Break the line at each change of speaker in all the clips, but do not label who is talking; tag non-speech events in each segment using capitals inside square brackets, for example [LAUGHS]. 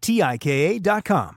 tika.com.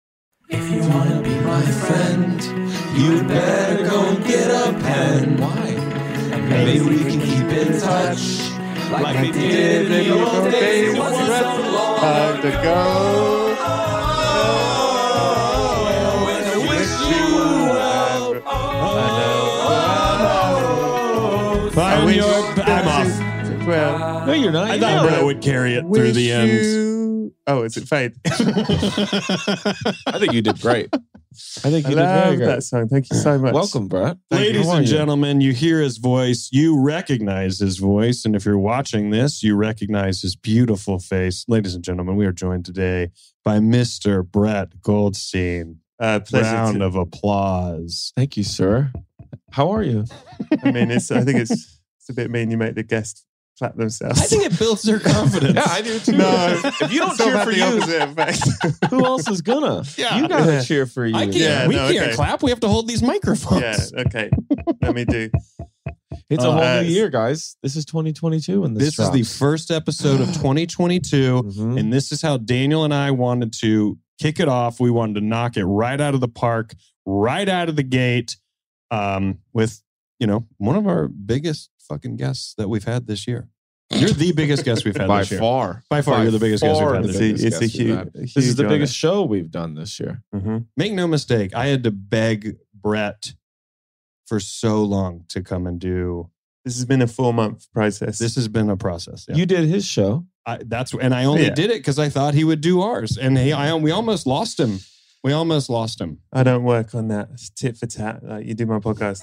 If you wanna be my friend, you'd better go and get a pen. Why? Maybe we can keep in touch, like we did in the old days. It wasn't so long
Time to go.
ago, and I wish you well.
Find
wish-
your- I'm off.
Well,
No, you're not.
I
I
thought
thought
Britta
Brett would carry it through the end.
You... Oh, it's a fight.
I
I think you did great.
think
I love that song. Thank you so much.
Welcome, Brett.
Ladies
How are
and
you?
gentlemen, you hear his voice, you recognize his voice, and if you're watching this, you recognize his beautiful face. Ladies and gentlemen, we are joined today by Mr. Brett Goldstein.
Uh, pleasure.
Round
to-
of applause.
[LAUGHS] Thank you, sir. How are you? [LAUGHS]
I mean, it's. I think it's. It's a bit mean. You make the guest clap themselves.
[LAUGHS]
I think it builds their confidence.
Yeah, I do too.
No,
if you don't
it's not
cheer
about
for
the
you,
opposite
[LAUGHS]
effect.
who else is gonna?
Yeah.
you gotta
Yeah.
cheer for you.
I can't.
Yeah,
we
no,
can't
okay.
clap. We have to hold these microphones.
yeah. Okay. Let me do.
It's a
Uh,
whole
uh,
new year, guys. This is 2022, and
This
this,
is the first episode
[GASPS]
of 2022.
Mhm.
And this is how Daniel and I wanted to kick it off. We wanted to knock it right out of the park, right out of the gate, um, with you know one of our biggest fucking guests that we've had this year. You're the biggest guest we've had
[LAUGHS] by
this year.
far.
By far, you're the biggest guest we've
far
had
the
this
It's,
year.
a, it's
biggest
a
guest we've
huge.
had. This is the biggest Mm-hmm. show we've done this year.
hmm
Make no mistake, I had to beg Brett for so long to come and do.
This has been a four-month process.
This has been a process. yeah.
You did his show.
I, that's and I only
Yeah.
did it because I thought he would do ours, and he, I we almost lost him. We almost lost him.
I don't work on that It's tit for tat. Like you do my podcast.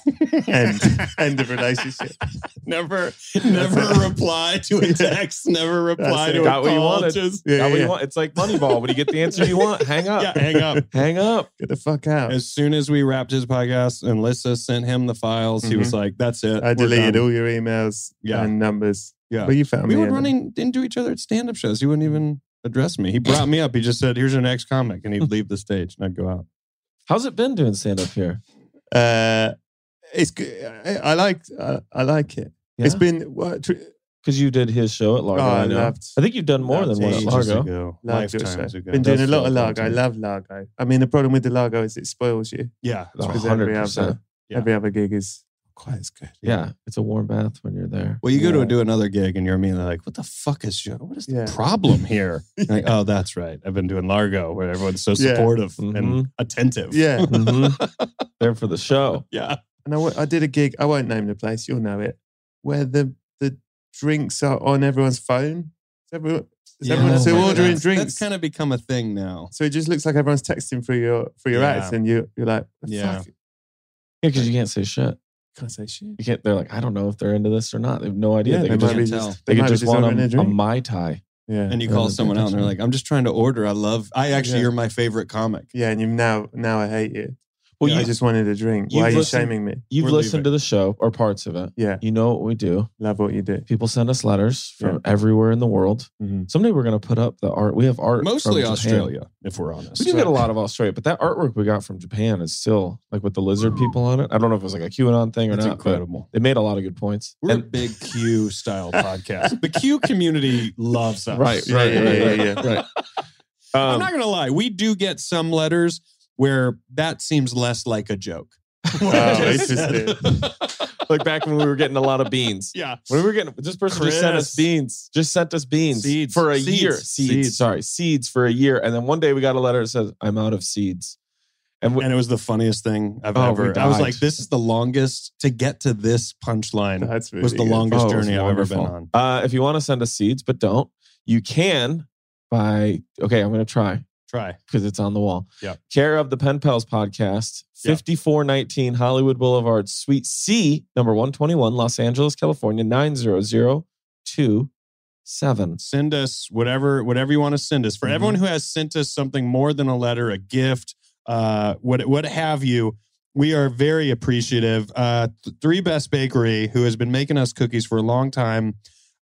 end
[LAUGHS]
end of relationship. [LAUGHS]
Never, never reply to a text. Never reply
That's it.
to a
Got what you
call.
wanted.
Just
Yeah,
Got what
yeah.
you want. It's like Moneyball. When you get the answer you want, hang
[LAUGHS]
up.
yeah, hang
[LAUGHS]
up.
Hang up.
Get the fuck out.
As soon as we wrapped his podcast and Lissa sent him the files, he was like, "That's it.
Mm-hmm. I
We're
deleted
done."
all your emails
Yeah.
and numbers.
Yeah.
But you found
We
me.
would
and-
run in, into each other at stand-up shows. He wouldn't even address me. He brought me up. He just said, "Here's your next comic," and he'd leave the stage and I'd go out.
How's it been doing stand up here?
[LAUGHS] Uh, it's good. I, I like. I, I like it.
Yeah?
It's been what, tr-
Because you did his show at Largo.
Oh, I
I, know.
loved-
I think you've done more
loved
than one at
ages
Largo.
ago,
Largo
lifetimes
show.
ago.
Been doing a
That's
lot of
a long
Largo. I
time.
love Largo. I mean, the problem with the Largo is it spoils you.
yeah, that's right.
Oh,
Because every
100%.
other
Yeah.
every other gig is quite as good.
Yeah, it's a warm bath when you're [LAUGHS] there.
Well, you go
Yeah.
to do another gig and you're me and they're like, what the fuck is your, what is the
Yeah.
problem
[LAUGHS]
here? And like, oh, that's right. I've been doing Largo where everyone's so
Yeah.
supportive and
Mhm.
attentive.
Yeah.
[LAUGHS] Mhm. there for the show.
Yeah.
And I, w- I did a gig. I won't name the place. You'll know it. Where the the drinks are on everyone's phone. Is everyone, is everyone
Yeah.
so
Oh my
ordering
that's,
drinks?
That's kind of become a thing now.
so it just looks like everyone's texting through your through your
Yeah.
ads, and you you're like, the
Yeah.
fuck?
Yeah, because you can't say shit.
can't say shit.
You can't. They're like, I don't know if they're into this or not. They have no idea.
Yeah,
they
they
could
might
just,
be
can't tell.
just
they could
might be
just want
ordering
a,
a
a
drink.
mai tai.
yeah,
And you call
that's
someone out and they're
interesting.
like, I'm just trying to order. I love, I actually,
Yeah.
you're my favorite comic.
yeah, and you now now I hate you.
Well,
I
you,
just wanted a drink.
you've
Why are you
listened-
shaming me?
you've
We're
listened to
leaving.
the show or parts of it.
Yeah,
You know what we do.
love what you do.
People send us letters from everywhere in the world.
Mhm.
Someday we're going to put up the art. We have art
Mostly
from Japan.
Australia, if we're honest.
We do get a lot of Australia, but that artwork we got from Japan is still like with the lizard people on it. I don't know if it was like a QAnon thing or
It's
not. But
incredible.
they made a lot of good points.
We're a
And-
big Q
[LAUGHS]
style podcast. The Q community loves us.
Right,
Yeah, yeah, yeah, yeah, yeah.
[LAUGHS]
right.
I'm
Um,
not gonna lie, we do get some letters where that seems less like a joke. [LAUGHS] What I
Oh,
just said.
like back when we were getting a lot of beans.
[LAUGHS] yeah.
When we were getting this person just sent us
Chris.
beans, just sent us beans
Seeds.
for a
Seeds.
year.
Seeds.
Seeds. sorry, seeds for a year, and then one day we got a letter that says, "I'm out of seeds." And we,
And it was the funniest thing I've
Oh, we
ever. I was
died.
like, this is the longest to get to this punchline
That's really
was the
good.
longest
Oh, it was
journey I've ever been
wonderful.
on.
uh, if you want to send us seeds, but don't, you can by okay. I'm going to try
Try.
because it's on the wall.
Yeah.
Care of the Pen Pals podcast,
Yeah.
5419 Hollywood Boulevard, Suite C, number 121, Los Angeles, California, 90027.
Send us whatever whatever you want to send us. For
Mhm.
everyone who has sent us something more than a letter, a gift, uh, what what have you, we are very appreciative. Uh, th- Three Best Bakery, who has been making us cookies for a long time,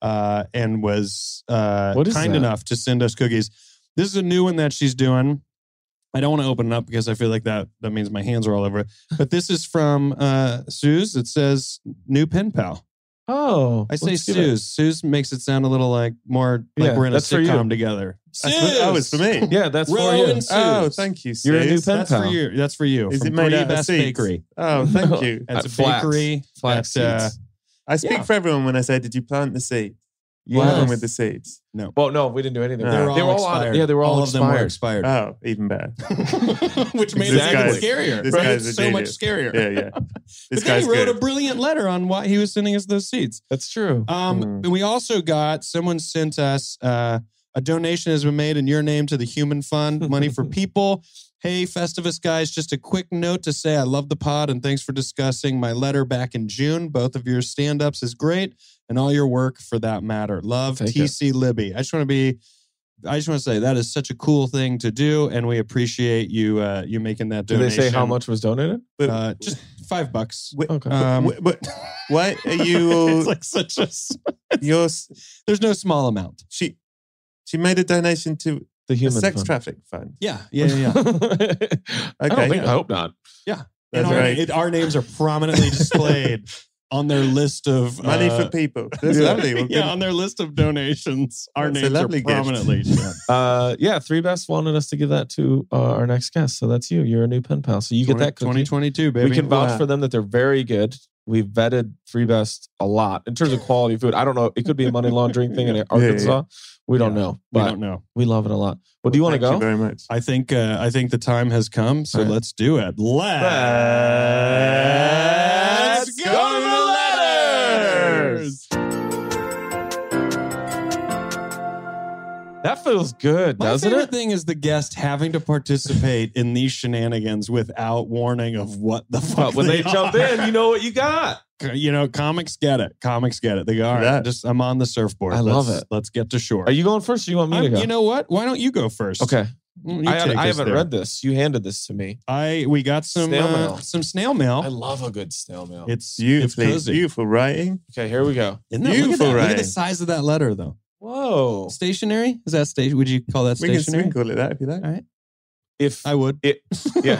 uh, and was uh,
What is
kind
that?
enough to send us cookies. This is a new one that she's doing. I don't want to open it up because I feel like that that means my hands are all over it. But this is from uh, Suze. It says new pen pal.
Oh,
I say
let's give it-
Suze. Suze makes it sound a little like more like
Yeah,
we're in a
that's for you.
sitcom together.
That's for- that was for me.
[LAUGHS] Yeah, that's for
Row
you.
and Suze.
Oh, thank you.
You're a new
Suze.
pen
That's
pal.
for you. That's for you.
Is
From
it made
Three
out of
Best
seeds?
Bakery.
Oh, thank you.
That's
Uh,
a
flax.
bakery.
Flax
that, uh,
seeds.
I speak
Yeah.
for everyone when I say, "Did you plant the seed? What
Yes.
happened with the seeds?"
Well, no, we didn't do anything.
No.
They
They're
were all,
expired.
yeah, they were all,
all of them were
expired.
expired.
Oh, even better.
[LAUGHS]
Uh,
Which made
This
it even
guy's-
scarier.
this
Right?
guy's
It's
a
so much
genius.
scarier.
[LAUGHS]
[LAUGHS]
Yeah, yeah. This
but then
guy's
he wrote [LAUGHS]
good.
a brilliant letter on why he was sending us those seeds.
That's true. Hmm.
Um,
Mm.
and we also got someone sent us uh, a donation has been made in your name to the Human Fund, money
[LAUGHS]
for people. Hey, Festivus guys, just a quick note to say I love the pod and thanks for discussing my letter back in June. Both of your stand ups is great and all your work for that matter. Love
Take it.
TC Libby. I just want to be. I just want to say that is such a cool thing to do, and we appreciate you uh, you making that
Did they
donation.
say how much was donated?
Uh, just five bucks.
Wait,
Okay. [LAUGHS]
Um,
wait,
[LAUGHS]
but why are you all?
it's like such a. s-
you're s-
There's no small amount.
she. She made a donation to
the
a
human
sex
fund.
traffic fund.
Yeah, yeah,
[LAUGHS]
yeah. yeah.
I don't
Okay.
think. I hope not.
and
That's
our,
right.
it- our names are prominently
[LAUGHS]
displayed on their list of
Money
uh,
for people. That's
yeah.
lovely. Well,
[LAUGHS] yeah, on their list of donations, our
That's a
names are
lovely gift.
prominently. shown.
[LAUGHS]
Uh, yeah, three best wanted us to give that to uh, our next guest. So that's you. You're a new pen pal. So you get that cookie.
2022, baby.
We can vouch
Wow.
for them that they're very good. We've vetted three best a lot in terms of quality food. I don't know. It could be a money laundering
[LAUGHS]
thing in Arkansas. We don't
Yeah.
know,
we
but we,
don't know.
love it a lot. Well, do you want to
Thank
go?
very much.
I think uh, I think the time has come, so
All right.
let's do it. Let's,
Let's
go,
go
to
to
the letters.
That feels good,
My
doesn't
favorite
it?
thing is the guest having to participate in these shenanigans without warning of what the fuck.
But when they jump
are.
in, you know what you got.
you know, comics get it. Comics get it. They go, all right,
That-
just I'm on the surfboard.
I love
Let's-
it.
Let's get to shore.
Are you going first? Or you want me to
I'm-
go?
you know what? Why don't you go first?
okay.
Mm, you
I,
take
I
us
haven't
there.
read this. You handed this to me.
I we got some
Snail
uh,
mail.
some snail mail.
I love a good snail mail.
it's it's
Beautifully,
cozy.
beautiful writing.
Okay, here we go.
Isn't that, look, at
beautiful
that, look at the
writing.
size of that letter though.
Whoa.
Stationary? Is that station? Would you call that
We can
stationary?
sprinkle it that if you like.
If
I would.
It- yeah.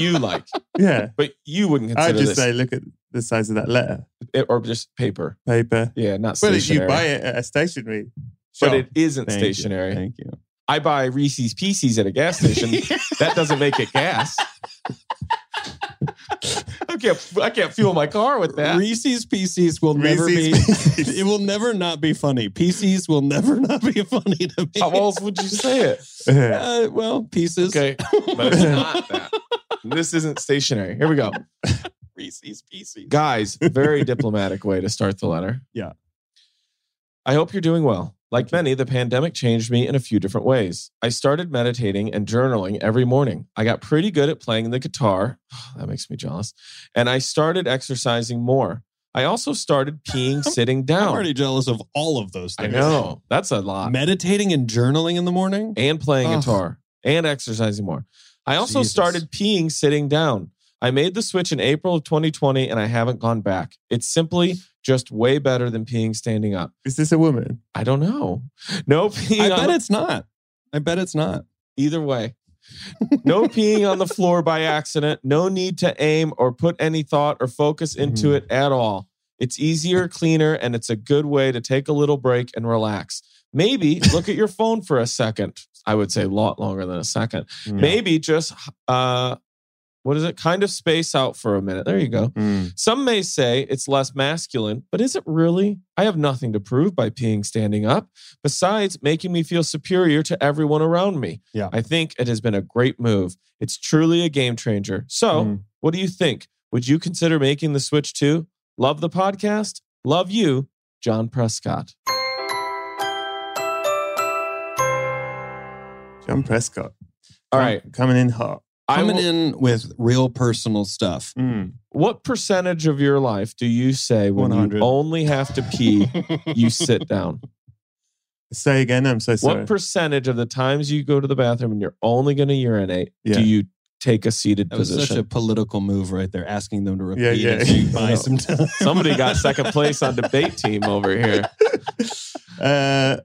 [LAUGHS]
you [LAUGHS] like,
Yeah.
but you wouldn't
I
consider
would just
this,
say, look at the size of that letter
It- or just paper.
paper.
Yeah, not
Well, if
stationary.
you buy it at a stationery
but
shop,
it isn't
Thank you.
stationary.
Thank you.
I buy Reese's Pieces at a
[LAUGHS]
gas station. that doesn't make it gas. I can't. I can't fuel my car with that.
Reese's PCs will never be.
Reese's
[LAUGHS]
Pieces. [LAUGHS]
it will never not be funny. PCs will never not be funny to me.
How else would you
[LAUGHS]
say it?
Yeah.
[LAUGHS] Uh, well, pieces.
Okay, but it's
[LAUGHS]
not that. This isn't stationary. Here we go.
Reese's Pieces.
Guys,
[LAUGHS]
very diplomatic way to start the letter.
Yeah.
I hope you're doing well. Like many, the pandemic changed me in a few different ways. I started meditating and journaling every morning. I got pretty good at playing the guitar. [SIGHS] That makes me jealous. And I started exercising more. I also started
[LAUGHS]
peeing sitting
I'm
down.
already jealous of all of those
I
things.
know. That's a lot.
Meditating and journaling in the morning.
And playing
Ugh.
guitar and exercising more. I also
Uh-huh. Jesus.
started peeing sitting down. I made the switch in April of 2020 and I haven't gone back. It's simply just way better than peeing standing up.
Is this a woman?
I don't know. No
I
peeing
bet
on
it's not. I bet it's not.
[LAUGHS]
[LAUGHS]
either way. no peeing on the floor by accident. No need to aim or put any thought or focus into
Mm.
it at all. It's easier, cleaner, and it's a good way to take a little break and relax. Maybe look at your phone for a second. I would say a lot longer than a second.
Mm.
Maybe just uh what is it? Kind of space out for a minute. There you
Mm-hmm.
go.
Mm.
Some may say it's less masculine, but is it really? I have nothing to prove by peeing standing up, besides making me feel superior to everyone around me.
Yeah.
I think it has been a great move. It's truly a game changer. So,
Mm.
what do you think? Would you consider making the switch too? Love the podcast. Love you, John Prescott.
John Prescott.
All right.
Coming in hot. Mm.
I
Coming
will-
in with real personal stuff.
What percentage of your life do you say when
100.
you only have to pee, you sit down?
Say again. I'm so sorry.
What percentage of the times you go to the bathroom and you're only going to urinate
Yeah.
do you take a seated
That was such a
position?
political move right there, asking them to repeat
Yeah, yeah.
it so
[LAUGHS]
you buy
No.
some time. [LAUGHS]
Somebody got second place on debate team over here.
uh,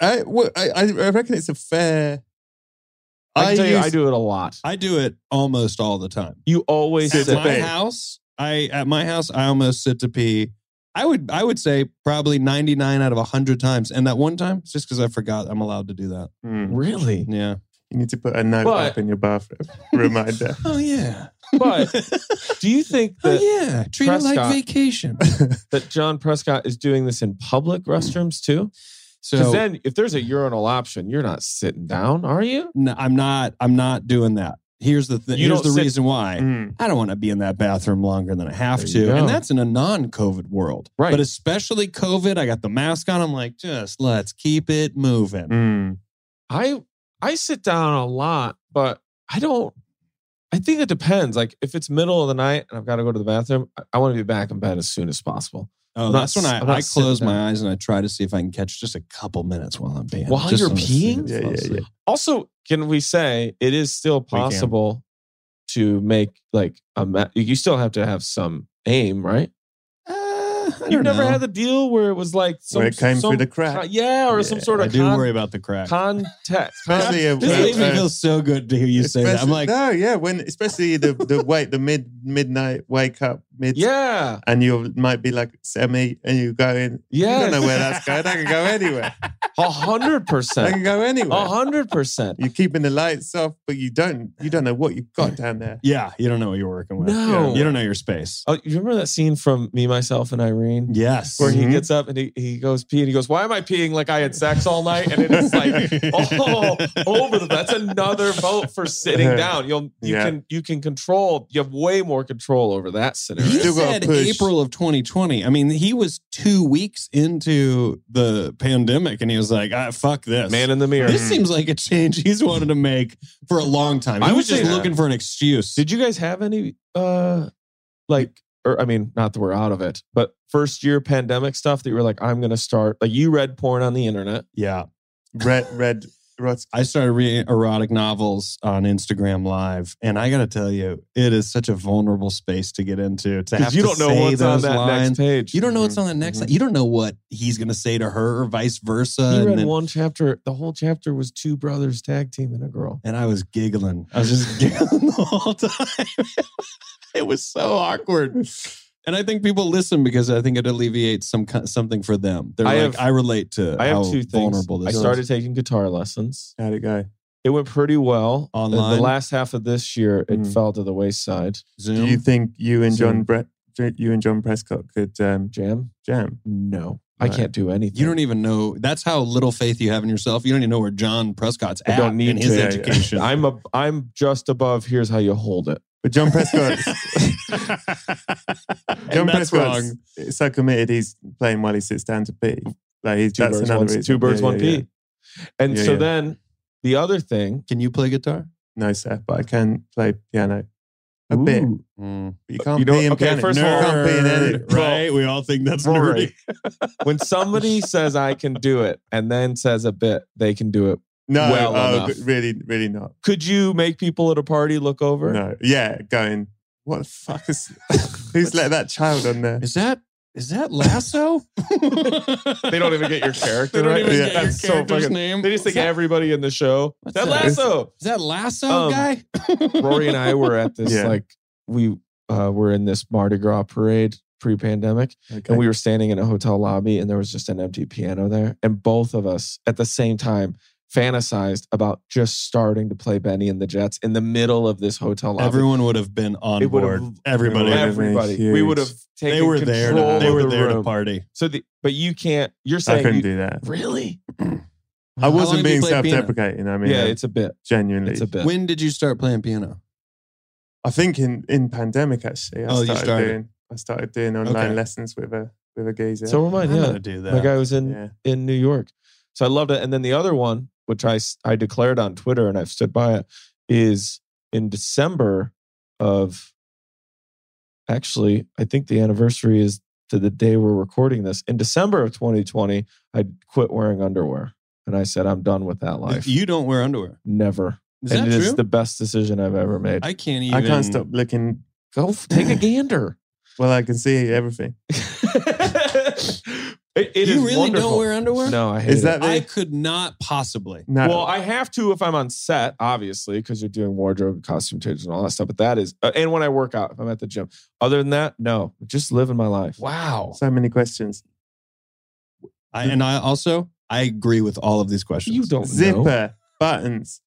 I, well, I I reckon it's a fair.
I, can tell you, I
use-
do it a lot.
I do it almost all the time.
You always
Sit
sit.
At my
pee.
house, I at my house, I almost sit to pee. I would I would say probably 99 out of 100 times. And that one time, it's just because I forgot I'm allowed to do that. [LAUGHS]
Mm.
Really?
Yeah.
You need to put a note
But-
up in
[LAUGHS]
your bathroom reminder.
Oh, yeah.
But
[LAUGHS]
do you think
Oh,
that,
yeah. Treat it
Prescott-
like
[LAUGHS]
vacation.
that John Prescott is doing this in public restrooms too? Because
So
then, if there's a urinal option, you're not sitting down, are you?
no, I'm not I'm not doing that. Here's the thing.
You
Here's
don't
the
sit-
reason why.
Mm.
I don't want to be in that bathroom longer than I have
There you
to.
go.
And that's in a non COVID world.
Right.
But especially COVID, I got the mask on. I'm like, just let's keep it moving.
Mm.
I I sit down a lot, but I don't. I think it depends. Like if it's middle of the night and I've got to go to the bathroom, I, want to be back in bed as soon as possible.
Oh,
I'm not
that's when I,
s- I'm not
I close
sitting down.
my eyes and I try to see if I can catch just a couple minutes while I'm peeing.
While
Just
you're
so it's-
peeing?
Yeah, yeah, yeah.
Also, can we say it is still
can.
possible to make like a ma- you still have to have some aim, right?
Uh, I don't
You've never
know.
had the deal where it was like some,
Where it came
some-
through the crack.
yeah, or some
Yeah,
sort
I
of
do
con-
worry about the crack. [LAUGHS]
contact.
Especially a-
this
uh,
makes me
uh,
feel so good to hear you say that. I'm
Especially-
like,
no, yeah. When especially the the wait the mid midnight wake up mid
yeah,
and you might be like semi and you go in. I don't know
yeah,
where that's going. I can go anywhere.
a hundred
I
percent,
can
[LAUGHS]
go
a
anywhere.
hundred percent.
You're keeping the lights off, but you don't you don't know what you've got down there.
yeah, you don't know what you're working with.
No.
You don't know your space.
Oh, you remember that scene from Me, Myself, and Irene?
Yes. Mm-hmm. [LAUGHS]
Where he
Mhm.
gets up and he, he goes pee and he goes, Why am I peeing like I had sex all night? And it's like
[LAUGHS]
oh over the that's another vote for
Uh-huh.
sitting down. You'll you
Yeah.
can you can control you have way more control over that scenario.
He
Still gotta
said
push.
April of 2020. I mean, he was two weeks into the pandemic, and he was like, ah, "Fuck this,
Man in the mirror.
This seems like a change he's wanted to make for a long time. He
I
was
would say
just
that.
looking for an excuse.
Did you guys have any uh like or I mean, not that we're out of it, but first year pandemic stuff that you were like, I'm gonna start like you read porn on the internet.
yeah,
Red red rot.
I started reading erotic novels on Instagram Live, and I got to tell you, it is such a vulnerable space to get into. To have
Because you
to
don't know
say
what's on
those
that
lines.
next Mm-hmm. page.
You don't know what's on that next.
Mhm.
line. You don't know what he's going to say to her, or vice versa.
He
and
read
then-
one chapter. The whole chapter was two brothers tag team and a girl.
and I was giggling. I was just [LAUGHS] giggling the whole time. [LAUGHS] it was so awkward. And I think people listen because I think it alleviates some ki- something for them. They're
I
like,
have-
I relate to
I have
how
two things.
vulnerable this
I
is.
started taking guitar lessons.
How'd it go?
It went pretty well. And
Online? Mm-hmm.
The last half of this year, it
Mm.
fell to the wayside.
Do
Zoom.
you think you and
Zoom.
John Brett you and John Prescott could um,
Jam?
jam?
No, I
Right.
can't do anything.
you don't even know. That's how little faith you have in yourself. You don't even know where John Prescott's
I
at
don't need
in his
to.
Yeah, yeah.
education. [LAUGHS]
[LAUGHS] I'm a. I'm just above. Here's how you hold it.
But John
[LAUGHS]
Prescott's
And
John
that's
Prescott's
wrong.
so committed. He's playing while he sits down to pee. Like he's
Two
that's
birds,
another
one,
reason.
two birds,
Yeah,
one
yeah, yeah.
pea. And
Yeah,
so
yeah.
then the other thing.
Can you play guitar?
No, sir, but I can play piano a bit.
Ooh.
But you can't
You
you
don't-
pee in
okay,
piano.
first of
you
all-
can't pee in anything.
Mm. right? We all think that's nerdy. [LAUGHS]
Rory. when somebody says I can do it and then says a bit, they can do it
No,
well
oh,
enough.
really, really not.
Could you make people at a party look over?
No, yeah, going. What the fuck is? who's let that child on there?
Is that is that Lasso?
[LAUGHS] They don't even get your character
[LAUGHS] They don't
right.
even
Yeah,
get
that's so
your character's
fucking-
name.
[LAUGHS] They just think
is that,
everybody in the show.
What's
that
that?
lasso.
is that Lasso
Um,
guy?
Rory and I were at this [LAUGHS]
Yeah.
like we uh, were in this Mardi Gras parade pre-pandemic,
Okay.
and we were standing in a hotel lobby, and there was just an empty piano there, and both of us at the same time fantasized about just starting to play Benny and the Jets in the middle of this hotel
[LAUGHS]
lobby.
Everyone would have been on
It would have-
board. Everybody.
it would have been
everybody,
huge.
we would have taken
they were there.
control
To, they
of
were
the
there to
room.
party.
So, the, but you can't. You're
I
saying
couldn't
you-
do that.
really?
I
How long
wasn't
have you
being
played piano?
self-deprecating. I mean,
yeah,
uh,
it's a bit.
genuinely.
It's a bit.
When did you start playing piano?
I think in in pandemic actually, I
Oh, you
started,
started.
doing I started doing online
Okay.
lessons with a with a geezer.
So am I.
I'm
Yeah,
gonna do that.
like I was in
yeah,
in New York. So I loved it. And then the other one, which I, s- I declared on Twitter and I've stood by it, is in December of actually, I think the anniversary is to the day we're recording this. In December of 2020, I quit wearing underwear. And I said, I'm done with that life.
You don't wear underwear.
Never.
Is
and
that
it is
true?
the best decision I've ever made.
I can't even.
I can't stop looking.
Go f-
[LAUGHS]
take a gander.
Well, I can see everything.
it, it is
you really
wonderful.
don't wear underwear?
No, I hate
Is
it.
that
I
the,
could not possibly.
no?
Well, I have to if I'm on set, obviously, because you're doing wardrobe, costume changes, and all that stuff. But that is, uh, and when I work out, if I'm at the gym. Other than that, no, just living my life.
Wow.
so many questions.
I, and I also I agree with all of these questions.
Mm. You don't
Zipper
know.
buttons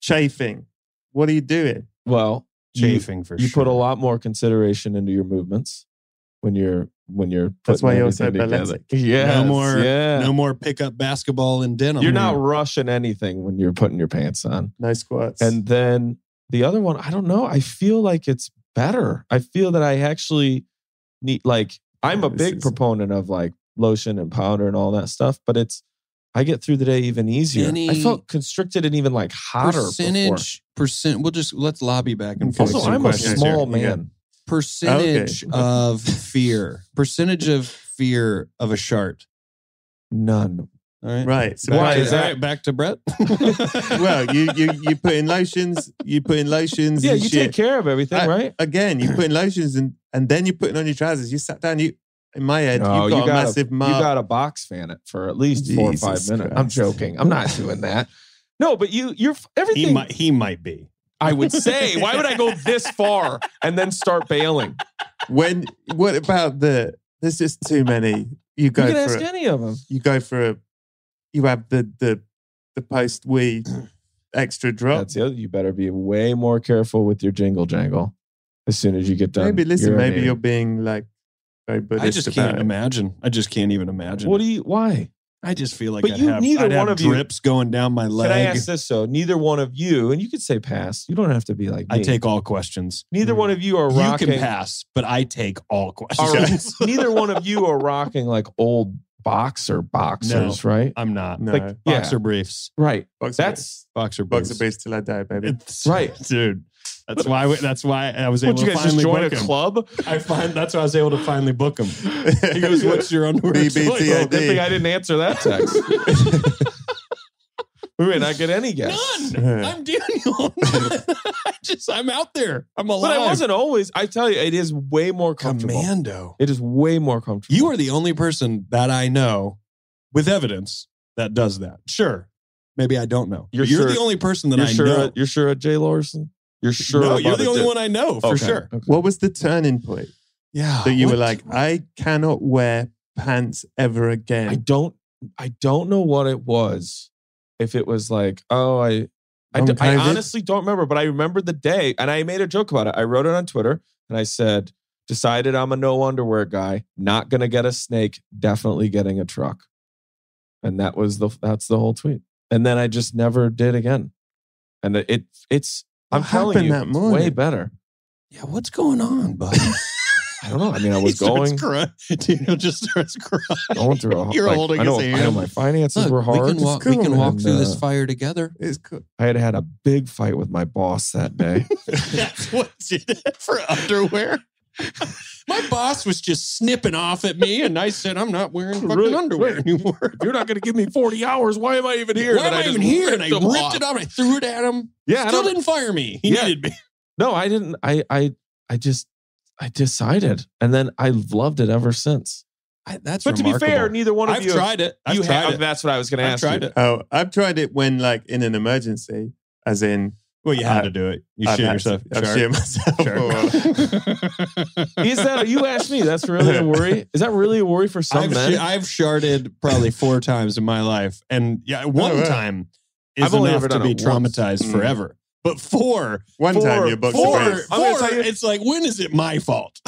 chafing. What are you doing?
Well, you,
chafing for
you
sure.
put a lot more consideration into your movements when you're when you're.
That's
putting
why you're so
everything
ballistic.
together. Yes,
more-
Yeah.
No more pickup basketball and denim.
you're not rushing anything when you're putting your pants on.
No squats.
And then the other one, I don't know. I feel like it's better. I feel that I actually need like I'm a
This
big
is-
proponent of like lotion and powder and all that stuff, but it's I get through the day even easier.
Any
I felt constricted and even like hotter. before.
percentage percent. We'll just let's lobby back and
Okay.
forth.
Also,
some
I'm a
questions
small
here. You got-
man.
percentage
Okay.
of fear. Percentage of fear of a shart.
None.
All right.
right. So
Back
Why
to-
is that?
all right, back to
[LAUGHS]
Brett? [LAUGHS]
[LAUGHS] well, you you you put in lotions. You put in lotions.
Yeah,
and
you
shit.
take care of everything,
I-
right?
Again, you put in lotions and and then you put it on your trousers. You sat down. You in my head,
No,
you've got
Oh, you
a
gotta-
massive mark.
You got a box fan it for at least four or five
uh, Jesus
minutes. I'm
Christ.
joking. I'm not doing that. No, but you, you're everything.
he might he might be.
I would say. Why would I go this far and then start bailing?
when what about the there's just too many you go
you can
for
ask
a,
any of them.
you go for a you have the the the post we
[CLEARS THROAT]
extra drop
That's the other. You better be way more careful with your jingle jangle as soon as you get done.
maybe listen
urinating.
maybe you're being like very
I
buddhist
just
about
can't
it.
imagine. I just can't even imagine.
What do you? Why?
I just feel like
But
I'd
you-
have,
neither
I'd have
one of you-
drips going down my leg.
Can I ask this though? Neither one of you, and you could say pass. You don't have to be like me.
I take all questions.
Neither one of you are
You
rocking.
can pass, but I take all
are-
questions.
[LAUGHS] neither one of you are rocking like old boxer boxers, right?
[LAUGHS] I'm not.
no
Like yeah,
Boxer briefs.
right.
boxer
That's
Boxer briefs.
boxer briefs till i die baby
It's-
[LAUGHS] Right.
dude. That's why. We, that's why I was able
what you
to
guys just
finally
join
book
a
him.
[LAUGHS]
club. [LAUGHS]
I find that's why I was able to finally book him. He goes, "What's your underwear?"
BBT.
choice?" Oh,
Oh, good thing I didn't answer that text. we may not
[LAUGHS]
get any guests.
None.
Yeah.
I'm Daniel. [LAUGHS] I just I'm out there. I'm alive.
But it wasn't always. I tell you, it is way more comfortable.
commando.
It is way more comfortable.
You are the only person that I know with evidence that does that. Sure, maybe I don't know.
You're
You're,
sure-
the only person that
you're
I
sure.
know.
You're sure at Jay Larson. You're sure.
no,
about
you're the
it,
only
Jay-
one I know for
Okay,
sure.
okay.
[LAUGHS] what was the turning point
Yeah,
that you were
What-
like i cannot wear pants ever again
I don't. I don't know what it was. If it was like, oh, I, I,
Long
d- I
COVID?
honestly don't remember. But I remember the day, and I made a joke about it. I wrote it on Twitter, and I said, decided I'm a no underwear guy. Not gonna get a snake. Definitely getting a truck. And that was the that's the whole tweet. And then I just never did again. And it it's I'm
What
telling
happened
you,
that
it's way
morning?
better.
yeah, what's going on, buddy?
I don't know. [LAUGHS] I mean, I
He
was
starts
going
crying. [LAUGHS] Daniel just starts crying.
going
[LAUGHS]
through [LAUGHS] a
You're
like,
holding
I know,
his
I know
hand.
my finances were hard.
we can walk, we
cool,
can walk
man.
through this
Uh,
fire together. [LAUGHS]
it's cool.
I had had a big [LAUGHS] fight with my boss that day.
That's what did it for underwear. [LAUGHS] My boss was just snipping off at me, and I said, "I'm not wearing fucking
Really?
underwear [LAUGHS]
Wait.
anymore.
If you're not going to give me 40 hours, why am I even here?
Why
That
am I,
just
even here?" And I
ripped
ripped
them
it off. And I threw it at him.
Yeah, I
Still
don't-
didn't fire me. He
Yeah.
needed me.
No, I didn't. I I I just I decided, and then I've loved it ever since.
I, that's
but to be fair, neither one of
I've
you have-
tried it. I've
you
tried
have.
it.
That's what I was going to
I've
ask.
tried
you.
it.
Oh, I've tried it when like in an emergency, as in
Well, you had
I-
to do it. You
I've
shit
had-
yourself.
I've
Sure.
shit myself. or-
[LAUGHS] Sure.
Is that you asked me? That's [LAUGHS] really a worry. Is that really a worry for some
I've,
men?
sh- I've sharded probably
[LAUGHS]
four times in my life, and yeah, one
Oh, wow.
time is
I've only
enough
ever
to
done
be
it once.
traumatized
Mm.
forever. But four,
One time your box
four,
of
I'm gonna
four,
tell you-
it's like when is it my fault?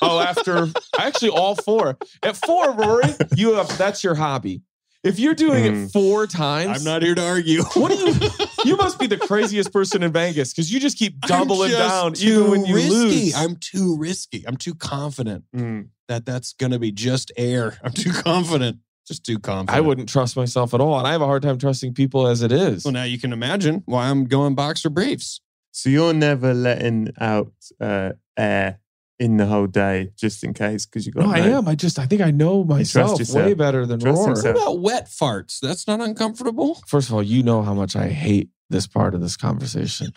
oh, after actually all four. At four, Rory, you have that's your hobby. If you're doing
Hmm.
it four times,
I'm not here to argue.
What
[LAUGHS]
do you? You must be the craziest person in Vegas because you just keep doubling
I'm just
down
too
even when you
risky.
lose.
I'm too risky. I'm too confident
Mm.
that that's going to be just air. [LAUGHS] I'm too confident. Just too confident.
I wouldn't trust myself at all, and I have a hard time trusting people as it is.
So now you can imagine why I'm going boxer briefs.
So you're never letting out uh, air in the whole day, just in case, because you got.
No, I am. I just I think I know myself
yourself.
way better than
Trust
Roar.
What
yourself.
about wet farts? That's not uncomfortable.
First of all, you know how much I hate this part of this conversation.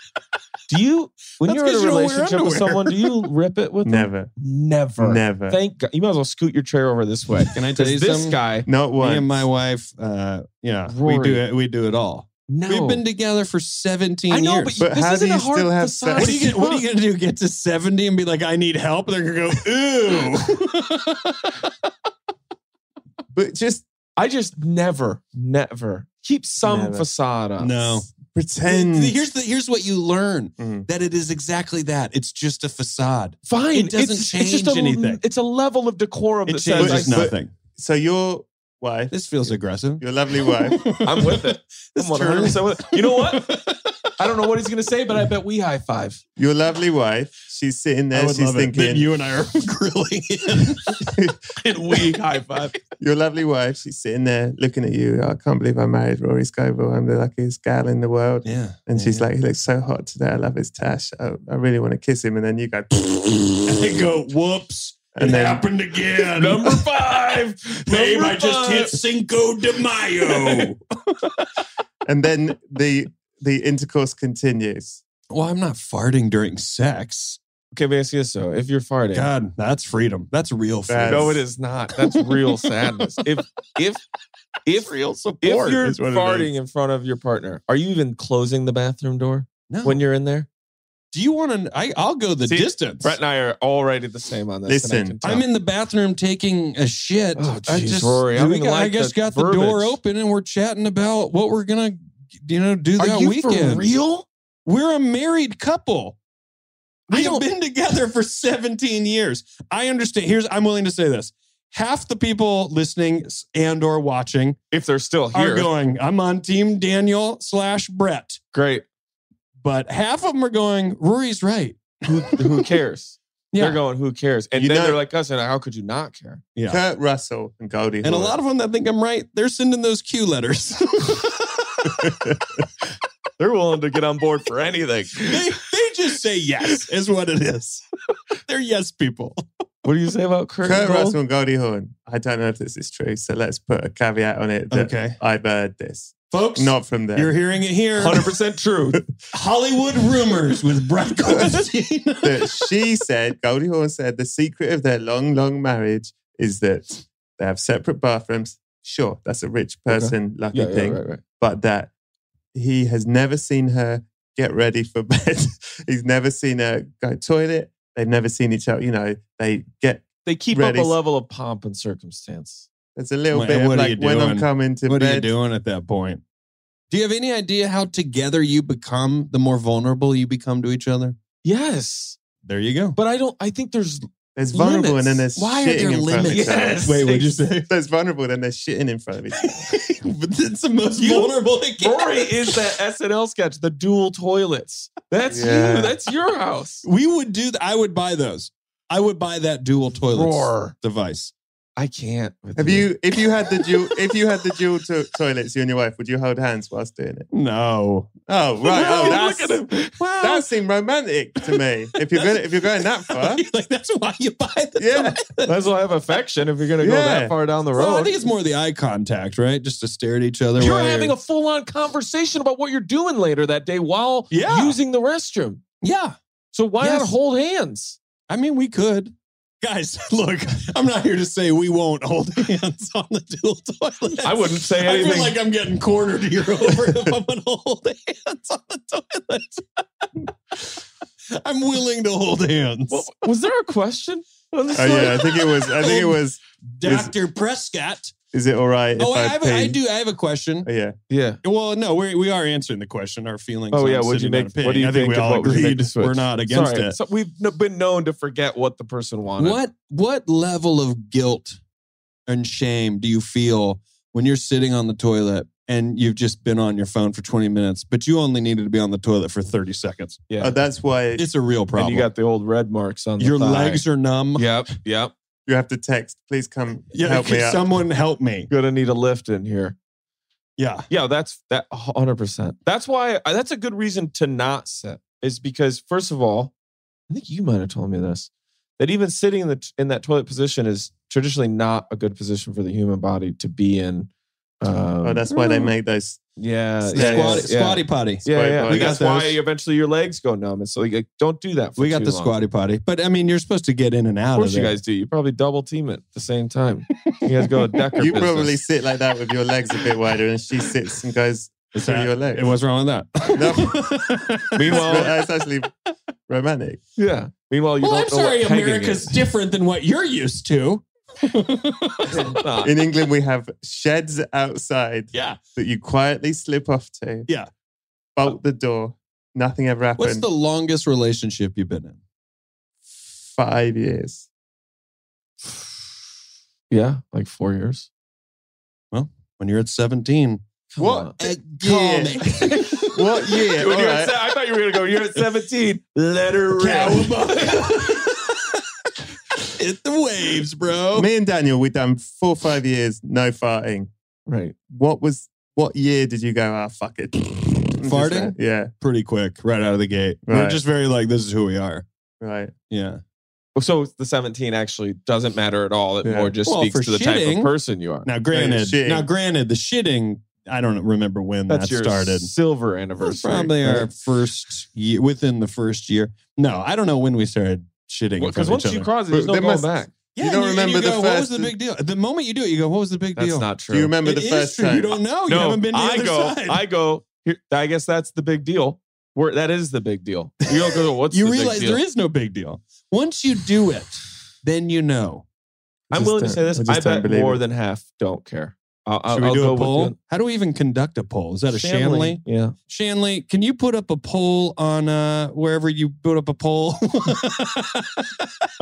Do you when
That's
you're in
'cause
a
you don't wear
relationship with
underwear.
someone, do you rip it with them?
Never,
Never.
never,
Thank God. You might as well scoot your chair over this way.
[LAUGHS] Can I tell you
Because this
something?
guy,
not
Me
one.
and my wife, uh, yeah, we
Rory.
do it. We do it all.
no.
We've been together for 17
I know,
years.
but,
But
this
how do
isn't a
you
hard
still have
facade.
sex?
what are you gonna, what are you gonna do? Get to 70 and be like, I need help? They're gonna go, ooh.
but just
I just never, never keep some
Never.
facade up.
No. [LAUGHS]
pretend.
here's the here's what you learn
Mm.
that it is exactly that. It's just a facade.
Fine.
It doesn't
it's, it's
change
just a,
anything.
It's a level of decorum that says
changes
I-
nothing. So your wife,
This feels aggressive.
your lovely
[LAUGHS]
wife,
I'm with it.
This
I'm 100% with it. You know what?
[LAUGHS]
I don't know what he's going to say, but I bet we high five.
your lovely wife. She's sitting
I
there.
would
She's
love it that
thinking.
you and I are grilling in. [LAUGHS]
And we high five.
Your lovely wife. She's sitting there looking at you. I can't believe I married Rory Scovel. I'm the luckiest gal in the world.
Yeah.
And she's like, he looks so hot today. I love his tash. I, I really want to kiss him. And then you go, [LAUGHS]
and they go, whoops.
And
it
then-
happened again.
[LAUGHS] Number five.
Babe,
Number
I just
five.
hit Cinco de Mayo.
and then the the intercourse continues.
[LAUGHS] well, I'm not farting during sex.
Okay, but ask you this though. If you're farting,
God, that's freedom. That's real freedom.
That's-
no, it is not.
[LAUGHS]
That's real sadness. If if if
real support.
if you're
is what it
farting
is.
in front of your partner, are you even closing the bathroom door
no.
when you're in there?
do you want to? I, I'll go the
See,
distance.
Brett and I are already the same on this.
Listen,
and I can tell.
I'm in the bathroom taking a shit.
Oh,
I
jeez,
just,
Rory, I
we
don't even
got- I
like
just
the
got the door
verbiage.
open and we're chatting about what we're gonna, you know, do that
Are you
weekend.
for real?
We're a married couple.
I
We've
don't-
been together for 17 years. I understand. Here's I'm willing to say this. Half the people listening and or watching
If they're still here,
are going, I'm on team Daniel slash Brett.
great.
But half of them are going, Rory's right. [LAUGHS]
Who who cares?
Yeah.
They're going. Who cares? And
You
then
know-
they're like us, and how could you not care?
Yeah.
Kurt Russell and Goldie.
And a lot of them that think I'm right, they're sending those Q letters. [LAUGHS]
They're willing to get on board for anything. [LAUGHS]
they, they just say yes, is what it is. [LAUGHS] They're yes people.
what do you say about Kurt?
Kurt
Gold?
Russell and Goldie Hawn. I don't know if this is true, so let's put a caveat on it. That
Okay.
I've heard this,
Folks,
not from them.
you're hearing it here.
100% true.
[LAUGHS] Hollywood rumors with
[LAUGHS]
Brett Goldstein.
that she said, Goldie Hawn said, the secret of their long, long marriage is that they have separate bathrooms. Sure, that's a rich person lucky
Yeah, yeah,
thing,
right, right.
but that he has never seen her get ready for [LAUGHS] bed. He's never seen her go toilet. They've never seen each other. You know, they get
They keep
Ready.
up a level of pomp and circumstance.
there's a little
Wait,
bit of
what are
like
you
when I'm
doing?
coming to
what are you
bed.
doing at that point? Do you have any idea how together you become, the more vulnerable you become to each other?
Yes,
There you go.
but I don't. I think there's
There's vulnerable and then there's
Why are
shitting
there
in front of each
limits?
other.
Yes.
Wait, what'd you say?
[LAUGHS] There's vulnerable then there's shitting in front of each other.
but that's the [LAUGHS] most
You-
vulnerable it gets.
Rory is that SNL sketch, the dual toilets. That's
Yeah.
you. That's your house.
We would do. Th- I would buy those. I would buy that dual toilet
Roar.
device.
I can't. with
Have you if you had the dual if you had the dual to- toilets, you and your wife, would you hold hands whilst doing it?
No.
Oh right,
Oh,
oh, that's
look at him.
Wow.
[LAUGHS]
that's seem romantic to me. If you're going, if you're
[LAUGHS]
going that [LAUGHS] far,
like that's why you buy the
yeah,
That's why I have affection if you're going to go
Yeah.
that far down the road.
Well, I think it's more the eye contact, right? Just to stare at each other.
you're
while
having a full on conversation about what you're doing later that day while
Yeah.
using the restroom.
yeah.
So why not
Yes.
hold hands?
I mean, we could. Guys, [LAUGHS] look, I'm not here to say we won't hold hands on the dual toilet.
I wouldn't say
I
anything.
feel like I'm getting cornered here over if I'm going to hold hands on the toilet. I'm willing to hold hands.
Well, was there a
[LAUGHS]
question? Was this
oh,
like-
yeah. I think it was. I think it was.
Dr. Prescott.
Is it all right?
Oh,
if
I,
I,
have,
pee?
I do. I have a question.
Oh, yeah.
yeah.
Well, no, we we are answering the question. Our feelings.
Oh
on
yeah. What'd you
sitting
make?
on a pig.
What do you
I think?
of
we all
what would you make
agreed
the switch?
we're not against
Sorry.
it.
So we've n- been known to forget what the person wanted.
What what level of guilt and shame do you feel when you're sitting on the toilet and you've just been on your phone for 20 minutes, but you only needed to be on the toilet for 30 seconds?
Yeah.
Oh, that's why
It's a real problem.
and you got the old red marks on the
your
thigh.
legs are numb.
Yep. Yep.
you have to text. Please come
Yeah,
help me
can
out.
someone help me?
Gonna need a lift in here.
Yeah.
Yeah, that's that 100%. That's why uh, that's a good reason to not sit is because first of all, I think you might have told me this that even sitting in the in that toilet position is traditionally not a good position for the human body to be in. Um,
oh, that's why they make those.
yeah,
Squatty-
yeah, yeah,
Squatty, squatty potty.
Yeah,
squatty
yeah.
potty.
Like,
We got
that's why
those.
eventually your legs go numb, and so like, don't do that. For
We got
too
the
long.
squatty potty. But I mean, you're supposed to get in and out
Of
of,
course, you
there.
guys do. You probably double team it at the same time. You
[LAUGHS]
guys go a decker.
You
business.
probably sit like that with your legs a bit wider, and she sits and goes
Is
through
that-
your legs.
It was wrong with
[LAUGHS]
that. [LAUGHS]
Meanwhile-
But that's actually romantic.
yeah. Meanwhile, you
well,
don't
Oh, I'm
know what
sorry,
pegging
America's
is. [LAUGHS]
different than what you're used to.
It's not.
In England, we have sheds outside
yeah.
that you quietly slip off to.
Yeah.
Bolt the door. Nothing ever happened.
What's the longest relationship you've been in?
Five years.
yeah, like four years.
When you're at 17.
Come
What?
on.
A
Yeah. [LAUGHS]
[LAUGHS]
[LAUGHS]
What year?
When
All
you're at
right.
se- I thought you were gonna go. You're at 17. Let her rip.
[LAUGHS] Hit the waves, bro.
Me and Daniel, we done four, five years, no farting.
Right.
What was what year did you go? Ah, fuck it. [LAUGHS]
Farting?
Yeah,
Pretty quick, right out of the gate. We're
Right.
just very like, this is who we are.
right.
Yeah.
Well, So the 17 actually doesn't matter at all. It
Yeah.
more just
Well,
speaks
for
to the type
shitting-
of person you are.
Now, granted,
shitting.
now, granted, the shitting, I don't remember when
That's
that
your
started.
silver anniversary.
That's probably our first year, within the first year. No, I don't know when we started shitting. in front
because
of
once
each
you
other.
cross it, there's
But
no
they
going
must-
back.
Yeah,
You
and
don't
and
remember the
go, What was
first-
the big deal? The moment you do it, you go, "What was the big
That's
deal?"
not true.
Do you remember the
It is
first
true.
time?
You don't know. you
[LAUGHS] No,
haven't been to the
I
other
go.
side.
I go. Here, I guess that's the big deal. Where that is the big deal. You
[LAUGHS]
don't go. What's
you
the
realize
big deal?
there is no big deal. Once you do it, then you know.
I'm
Just
willing to
don't-
say this.
I just
I
don't
bet
believe
more
it.
than half don't care. I'll, I'll,
Should we
I'll
do
go
a
with
poll?
you.
How do we even conduct a poll? Is that a Shanley?
Shanley. Yeah.
Shanley, can you put up a poll on uh, wherever you put up a poll? [LAUGHS]
All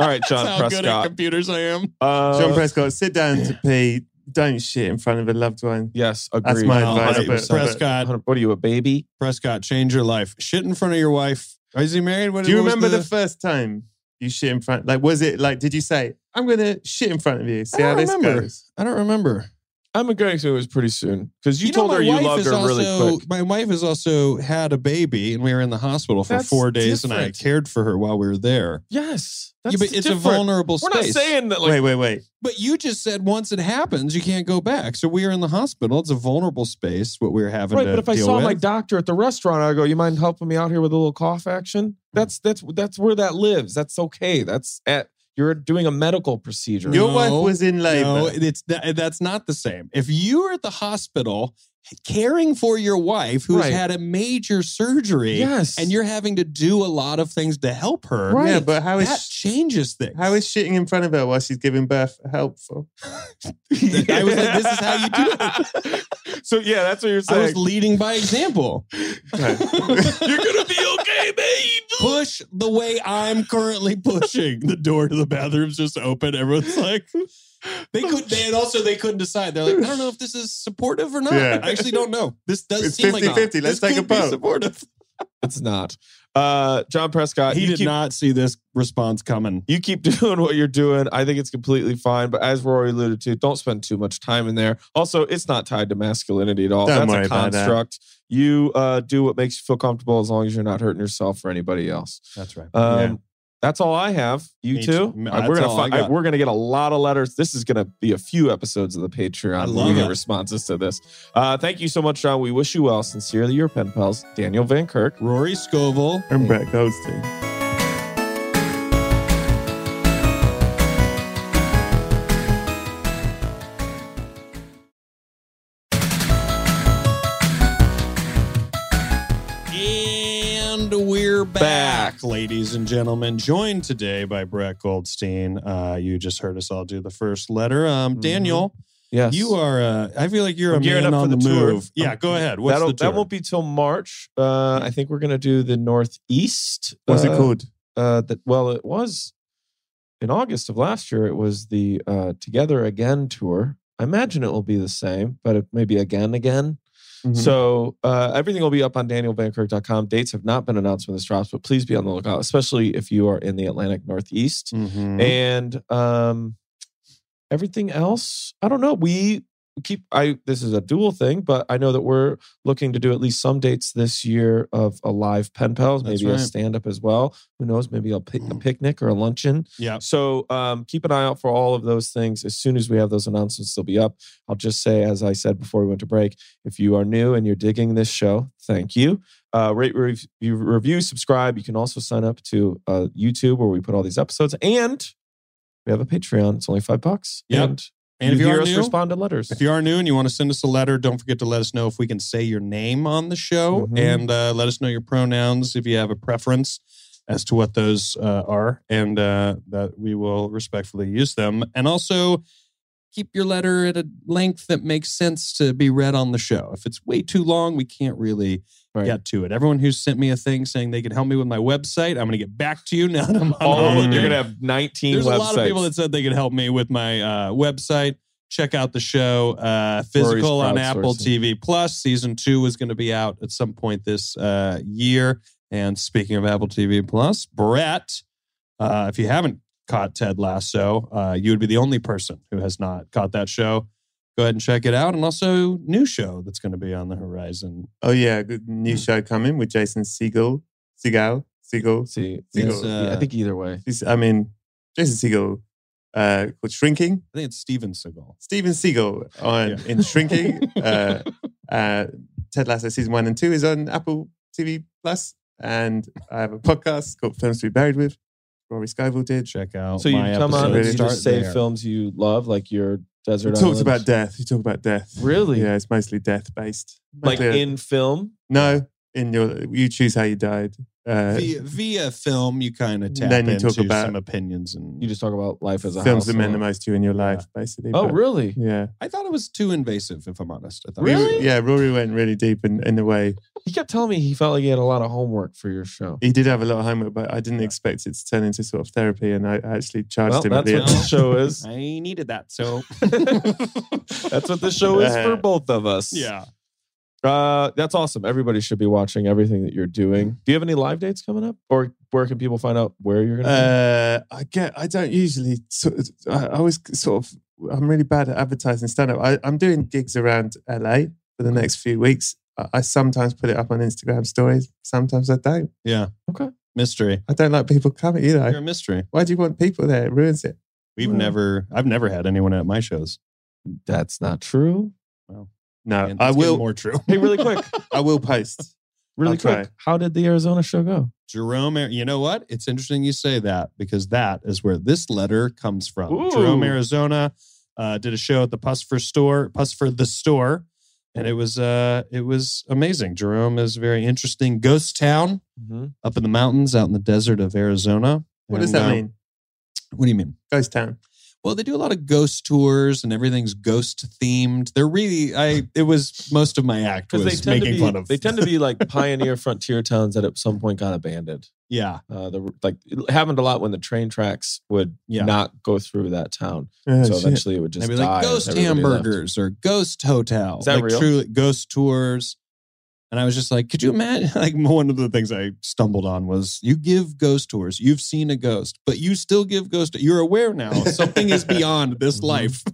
right,
That's
John
how good at
Prescott.
computers I am.
Uh,
John Prescott, sit down to pee. Don't shit in front of a loved one.
Yes, agreed.
That's my advice.
Oh, Hundred
but-
percent.
Prescott,
Hundred- What are you, a baby?
Prescott, change your life. Shit in front of your wife. Is he married? What,
Do you
what was
remember the first time you shit in front? Like, was it like? Did you say, "I'm gonna shit in front of you"? See
I
how
don't
this
remember.
goes.
I don't remember.
I'm agreeing. So it was pretty soon because you,
know,
told
my
her you
wife
loved
is
her
also-
really quick.
My wife has also had a baby, and we were in the hospital for
That's
four days, and I
different.
cared for her while we were there.
Yes,
Yeah,
that's
but it's
different.
a vulnerable
We're
space.
not saying that. Like,
wait, wait, wait.
But you just said once it happens, you can't go back. So we were in the hospital. It's a vulnerable space. What we were having
right?
to
But if I
deal
saw
with.
my doctor at the restaurant, I go, "You mind helping me out here with a little cough
Hmm.
action?" That's that's that's where that lives. That's okay. That's at you're doing a medical procedure.
Your
No,
wife was in labor.
no, it's that, that's not the same. If you were at the hospital caring for your wife who's
Right.
had a major surgery,
yes,
and you're having to do a lot of things to help her,
Right.
Yeah, but how
[LAUGHS]
is
that changes things.
how is shitting in front of her while she's giving birth helpful?
[LAUGHS] I was like, this is how you do
[LAUGHS]
it.
it. so yeah, that's what
I
you're
was [LAUGHS]
saying.
leading by example. [LAUGHS]
you're gonna be okay, babe.
Push the way I'm currently pushing. The door to the bathroom's just open. Everyone's like, they could. They, and also, they couldn't decide. They're like, I don't know if this is supportive or not.
Yeah.
I actually don't know. This does
It's
seem like
50-50. Let's
this
take a
could be
vote.
supportive.
It's not. Uh, John Prescott.
he
you
did
keep-
not see this response coming.
You keep [LAUGHS] doing what you're doing. I think it's completely fine. But as Rory alluded to, don't spend too much time in there. Also, it's not tied to masculinity at all.
Don't
That's
worry
a
about that.
construct. You uh, do what makes you feel comfortable as long as you're not hurting yourself or anybody else.
That's right.
Um,
Yeah.
That's all I have. You
Me
too.
too.
Uh,
That's
We're gonna
all I
fi- I-
got.
we're gonna get a lot of letters. This is gonna be a few episodes of the Patreon.
I
where
love
we get
it.
responses to this. Uh, thank you so much, John. We wish you well. Sincerely, your pen pals, Daniel Van Kirk.
Rory Scovel.
And Brett Goldstein.
And we're back,
Back.
ladies and gentlemen. Joined today by Brett Goldstein. Uh, you just heard us all do the first letter. Um, Daniel,
Mm-hmm. Yes,
you are. Uh, I feel like you're
I'm
a
gearing
man
up for
on
the
the,
tour.
move. Yeah,
I'm-
go ahead. What's
That'll-
the Hmm. tour?
That won't be till March. Uh, I think we're gonna do the Northeast.
What's
uh,
it called?
Uh, that well, it was in August of last year. It was the uh, Together Again tour. I imagine it will be the same, but it may be again again.
Mm-hmm.
Mm-hmm.
So uh, everything will be up on danielvankirk.com. Dates have not been announced when this drops, but please be on the lookout, especially if you are in the Atlantic Northeast
Mhm.
Mm-hmm.
and um everything else i don't know we keep i this is a dual thing but i know that we're looking to do at least some dates this year of a live pen pals
That's
maybe a
right. Mm-hmm.
stand up as well who knows maybe a, pic- a picnic or a luncheon
yeah.
so um, keep an eye out for all of those things as soon as we have those announcements they'll be up i'll just say as i said before we went to break if you are new and you're digging this show thank you uh, rate review, review subscribe you can also sign up to uh, youtube where we put all these episodes and we have a patreon it's only five bucks Yeah.
Yep.
and,
And if
you
you
hear
are
us
new,
respond to letters
if you are new and you want to send us a letter, don't forget to let us know if we can say your name on the show
Mhm.
and uh, let us know your pronouns if you have a preference as to what those uh, are, and uh, that we will respectfully use them. And also, keep your letter at a length that makes sense to be read on the show. If it's way too long, we can't really
Right.
get to it. Everyone who sent me a thing saying they could help me with my website, I'm going to get back to you now that I'm on
all of them,
holiday.
Oh, you're gonna have 19
Um, There's
websites
a lot of people that said they could help me with my uh, website. Check out the show uh,
Rory's
physical on Apple
crowdsourcing.
TV Plus. Season two is going to be out at some point this uh, year. And speaking of Apple TV Plus, Brett, uh, if you haven't caught Ted Lasso, uh, you would be the only person who has not caught that show. Go ahead and check it out, and also new show that's going to be on the horizon.
Oh yeah, good new
Mm.
show coming with Jason Siegel. Siegel. Siegel.
see
It's,
yeah,
uh,
i think either way
He's- I mean, Jason Siegel uh, called Shrinking.
I think it's Steven Seagal.
Steven Siegel on
Yeah.
in
[LAUGHS]
Shrinking.
[LAUGHS]
uh, uh, Ted Lasso season one and two is on Apple TV Plus, and I have a podcast called Films to Be Buried With. Rory Scovel did.
Check out.
so you
my
come on
episode.
and you
Start
just say
there.
films you love like your
He
desert
talks
Island.
about death. He talked about death.
really
Yeah, it's mostly death based. uh,
like in film
no, in your you choose how you died. Uh,
via, via film, you kind of tap
Then you
into
talk about-
some opinions, and
you just talk about life as a
films that
house
meant the
alone.
most to you in your life, basically.
Oh,
but-
really?
Yeah.
I thought it was too invasive, if I'm honest. I thought
We-
it was-
yeah, Rory went really deep in, in the way.
He kept telling me he felt like he had a lot of homework for
[LAUGHS]
your show. [LAUGHS]
He did have a lot of homework, but I didn't expect it to turn into sort of therapy, and I I actually charged
Well,
him at
that's
the
what
end.
the show
[LAUGHS]
is.
I needed that, so
[LAUGHS]
that's what the show is for both of us.
yeah.
Uh, that's awesome. Everybody should be watching everything that you're doing. Do you have any live dates coming up? Or where can people find out where you're going to
Uh, I get. I don't usually. Sort of, I I always sort of. I'm really bad at advertising stand up. I- I'm doing gigs around LA for the next few weeks. I, I sometimes put it up on Instagram stories. Sometimes I don't.
Yeah.
Okay.
Mystery.
I don't like people coming. You
You're
know,
a mystery.
why do you want people there? It ruins it.
We've
Well.
never, I've never had anyone at my shows.
That's not true.
No,
And
I
that's getting
will.
More true.
Hey, really
[LAUGHS]
quick.
I will post.
Really
I'll try.
quick. How did the Arizona show go?
Jerome, Ar- you know what? It's interesting you say that because that is where this letter comes from.
Ooh.
Jerome, Arizona, uh, did a show at the Pusfer store, Pusfer the store, and it was uh, it was amazing. Jerome is a very interesting ghost town up in the mountains, out in the desert of Arizona.
What does
And,
that
uh,
mean?
What do you mean?
Ghost town.
Well, they do a lot of ghost tours and everything's ghost themed. They're really I it was most of my act
Because
was
they tend
making
to be,
fun of.
they tend to be like pioneer frontier towns that at some point got abandoned.
[LAUGHS] yeah.
Uh, the, like it happened a lot when the train tracks would
Yeah.
not go through that town.
Oh,
so
shit.
eventually it would just
Maybe
die
like
and
ghost
everybody left.
hamburgers or ghost hotel.
Is that
like
real?
truly ghost tours. And I was just like, could you imagine? [LAUGHS] Like, one of the things I stumbled on was you give ghost tours. You've seen a ghost, but you still give ghost. You're aware
[LAUGHS]
now something is beyond this
Mhm.
life.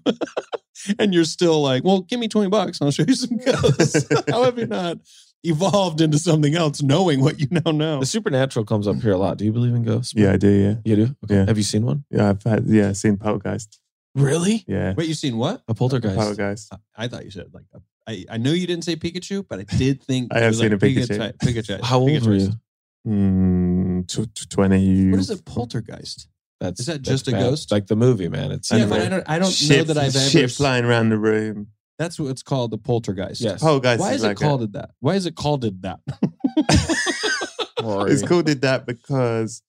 [LAUGHS] and you're still like, well, give me 20 bucks and I'll show you
[LAUGHS]
some ghosts. [LAUGHS] How have you not evolved into something else knowing what you now know?
The supernatural comes up here a lot. Do you believe in ghosts?
Yeah, I do. Yeah,
You do? Okay.
Yeah.
Have you seen one?
yeah. I've had yeah, seen Poltergeist.
Really?
Yeah,
Wait, you've seen what?
A poltergeist.
Poltergeist.
I- I thought you said like I, I know you didn't say Pikachu, but I did think
I
it
have
was,
seen
like,
a Pikachu.
Pigati- Pikachu.
How old were you?
Pikachu.
Mm, tw- tw- Twenty.
What is a poltergeist?
That's
Is that
that's
just a
bad.
ghost?
Like the movie, man. It's
Yeah,
Anyway.
but I don't. I don't
Shit-
know that I've ever.
shit
s-
flying around the room.
That's what it's called, the poltergeist.
Yes.
Poltergeist
Why is,
is
it
Oh, like a-
called it that? Why is it called it that? [LAUGHS]
Rory.
It's called it that because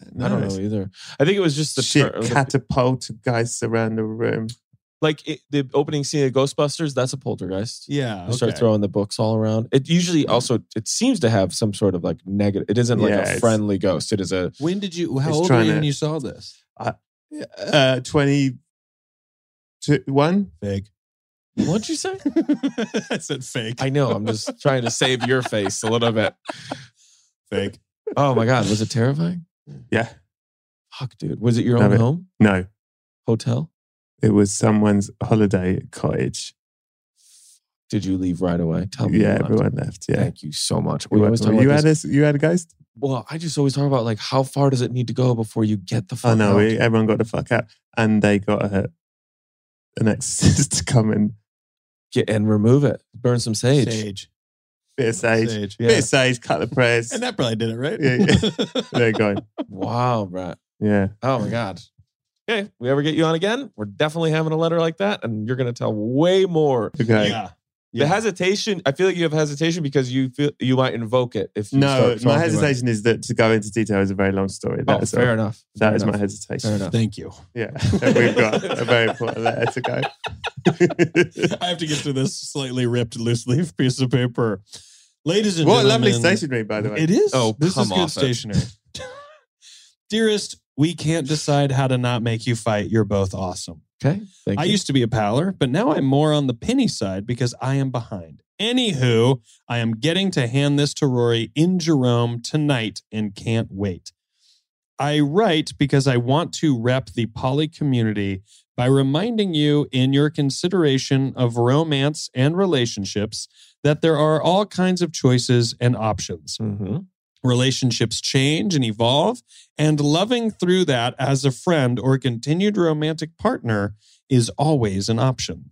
I don't know.
I don't know either. I think it was just the
shit
ter-
catapulted guys around the room.
like it, the opening scene of Ghostbusters. That's a poltergeist.
yeah.
They start
okay. Mm-hmm.
throwing the books all around. It usually also it seems to have some sort of like negative. It isn't like
Yeah,
a
it's-
friendly ghost. It is a
When did you? How
He's
old were
trying
you
to-
when you saw this?
Uh, twenty to one.
Fake.
what'd you [LAUGHS] say?
I said fake.
I know. I'm just trying to save your face a little bit.
fake.
Oh my god, was it terrifying?
Yeah,
Fuck, dude. Was it your
No,
own
but-
home
no,
hotel?
it was someone's holiday cottage.
Did you leave right away? Tell me. you
Yeah,
left.
everyone left. Yeah,
Thank you so much. We
you,
always talk about
had
this.
a you had a ghost.
well, I just always talk about like how far does it need to go before you get the fuck
Oh no,
out?
we, everyone got the fuck out, and they got a, an exorcist [LAUGHS] to come and
get and remove it. Burn some sage.
[LAUGHS] bit of sage,
Sage,
bit of sage, cut the
[LAUGHS]
prayers.
And that probably did it, right?
Yeah,
[LAUGHS]
They're going.
Wow, Brett.
Yeah,
Oh my God. Okay, we ever get you on again? We're definitely having a letter like that, and you're gonna tell way more.
okay.
yeah.
The hesitation. I feel like you have hesitation because you feel you might invoke it if you
No,
start
my
talking about it.
hesitation is that to go into detail is a very long story.
Oh,
That is all.
fair enough.
That
Fair
is my
enough.
hesitation.
Fair enough.
Thank you.
Yeah, we've got a very important letter to
[LAUGHS]
go.
[LAUGHS] I have to get to this slightly ripped loose leaf piece of paper. Ladies and
what a
gentlemen.
lovely stationery, by the way.
It is.
Oh,
this
come
is good
off it. [LAUGHS]
stationery. Dearest, we can't decide how to not make you fight. You're both awesome.
Okay. Thank
I
you.
used to be a paler, but now I'm more on the penny side because I am behind. Anywho, I am getting to hand this to Rory in Jerome tonight and can't wait. I write because I want to rep the poly community by reminding you in your consideration of romance and relationships that there are all kinds of choices and options.
Mhm.
Relationships change and evolve, and loving through that as a friend or continued romantic partner is always an option.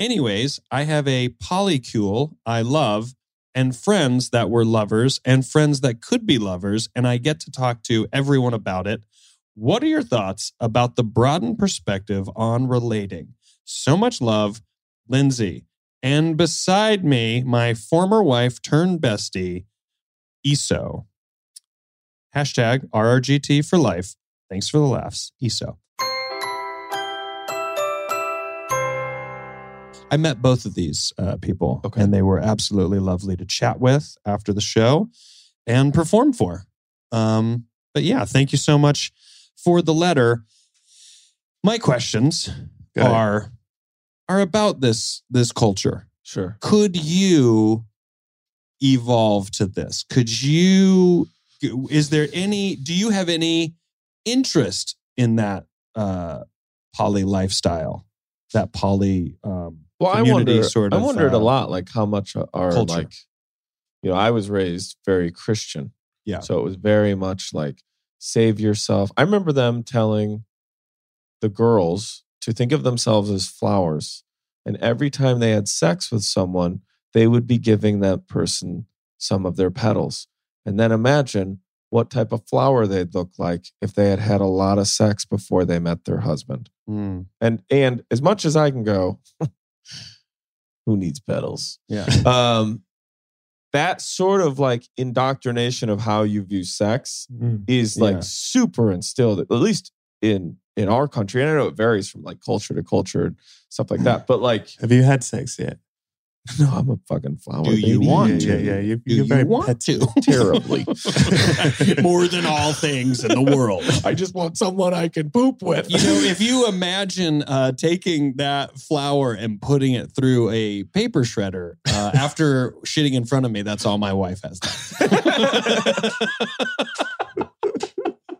Anyways, I have a polycule I love and friends that were lovers and friends that could be lovers, and I get to talk to everyone about it. What are your thoughts about the broadened perspective on relating? So much love, Lindsay. And beside me, my former wife turned bestie, ESO. Hashtag RRGT for life. Thanks for the laughs, ESO. I met both of these uh, people,
Okay.
and they were absolutely lovely to chat with after the show and perform for. Um, but yeah, thank you so much for the letter. My questions
Go ahead.
are are about this this culture
Sure.
could you evolve to this could you is there any do you have any interest in that uh poly lifestyle that poly um
Well, I
community
wonder.
sort
I
of,
wondered
uh,
a lot, like how much are
culture.
like, you know, I was raised very Christian.
Yeah.
So it was very much like save yourself. I remember them telling the girls to think of themselves as flowers, and every time they had sex with someone, they would be giving that person some of their petals, and then imagine what type of flower they'd look like if they had had a lot of sex before they met their husband
mm,
and and as much as I can go, who needs pedals?
yeah
[LAUGHS] Um, that sort of like indoctrination of how you view sex
Mm.
is like
Yeah.
super instilled, at least in in our
[LAUGHS]
country. And I know it varies from like culture to culture and stuff like that, but like
Have you had sex yet?
No, I'm a fucking flower.
Do you
baby. [LAUGHS]
want
yeah,
to?
Yeah, yeah. You,
Do
you're
you
very
want
petty. [LAUGHS]
to?
Terribly.
[LAUGHS] More than all things in the world.
I just want someone I can poop with.
You know, if you imagine uh, taking that flour and putting it through a paper shredder uh, after shitting in front of me, that's all my wife has done.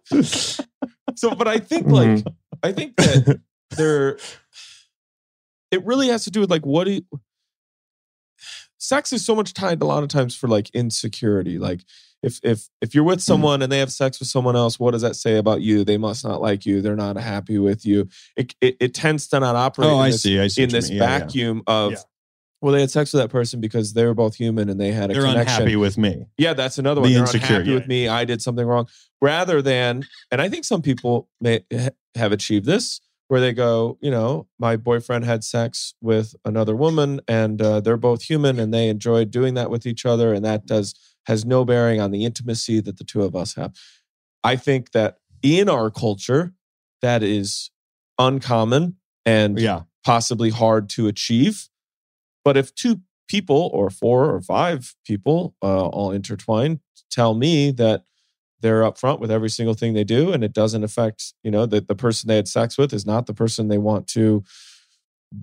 so but i think like
Mm-hmm.
i think that there it really has to do with like what do you sex is so much tied a lot of times for like insecurity like if if if you're with
Mm-hmm.
someone and they have sex with someone else what does that say about you they must not like you they're not happy with you it it, it tends to not operate
oh,
in
I
this,
see. I see.
in
what you
this
mean. Yeah, yeah.
vacuum of
Yeah.
well they had sex with that person because they were both human and they had a
They're
connection
unhappy with me.
yeah, that's another one.
The
They're
insecure,
unhappy
yeah.
with me. I did something wrong. Rather than, and I think some people may ha- have achieved this, where they go, you know, my boyfriend had sex with another woman, and uh, they're both human, and they enjoy doing that with each other, and that does has no bearing on the intimacy that the two of us have. I think that in our culture, that is uncommon and
Yeah.
possibly hard to achieve. But if two people or four or five people uh, all intertwined tell me that they're upfront with every single thing they do and it doesn't affect, you know, that the person they had sex with is not the person they want to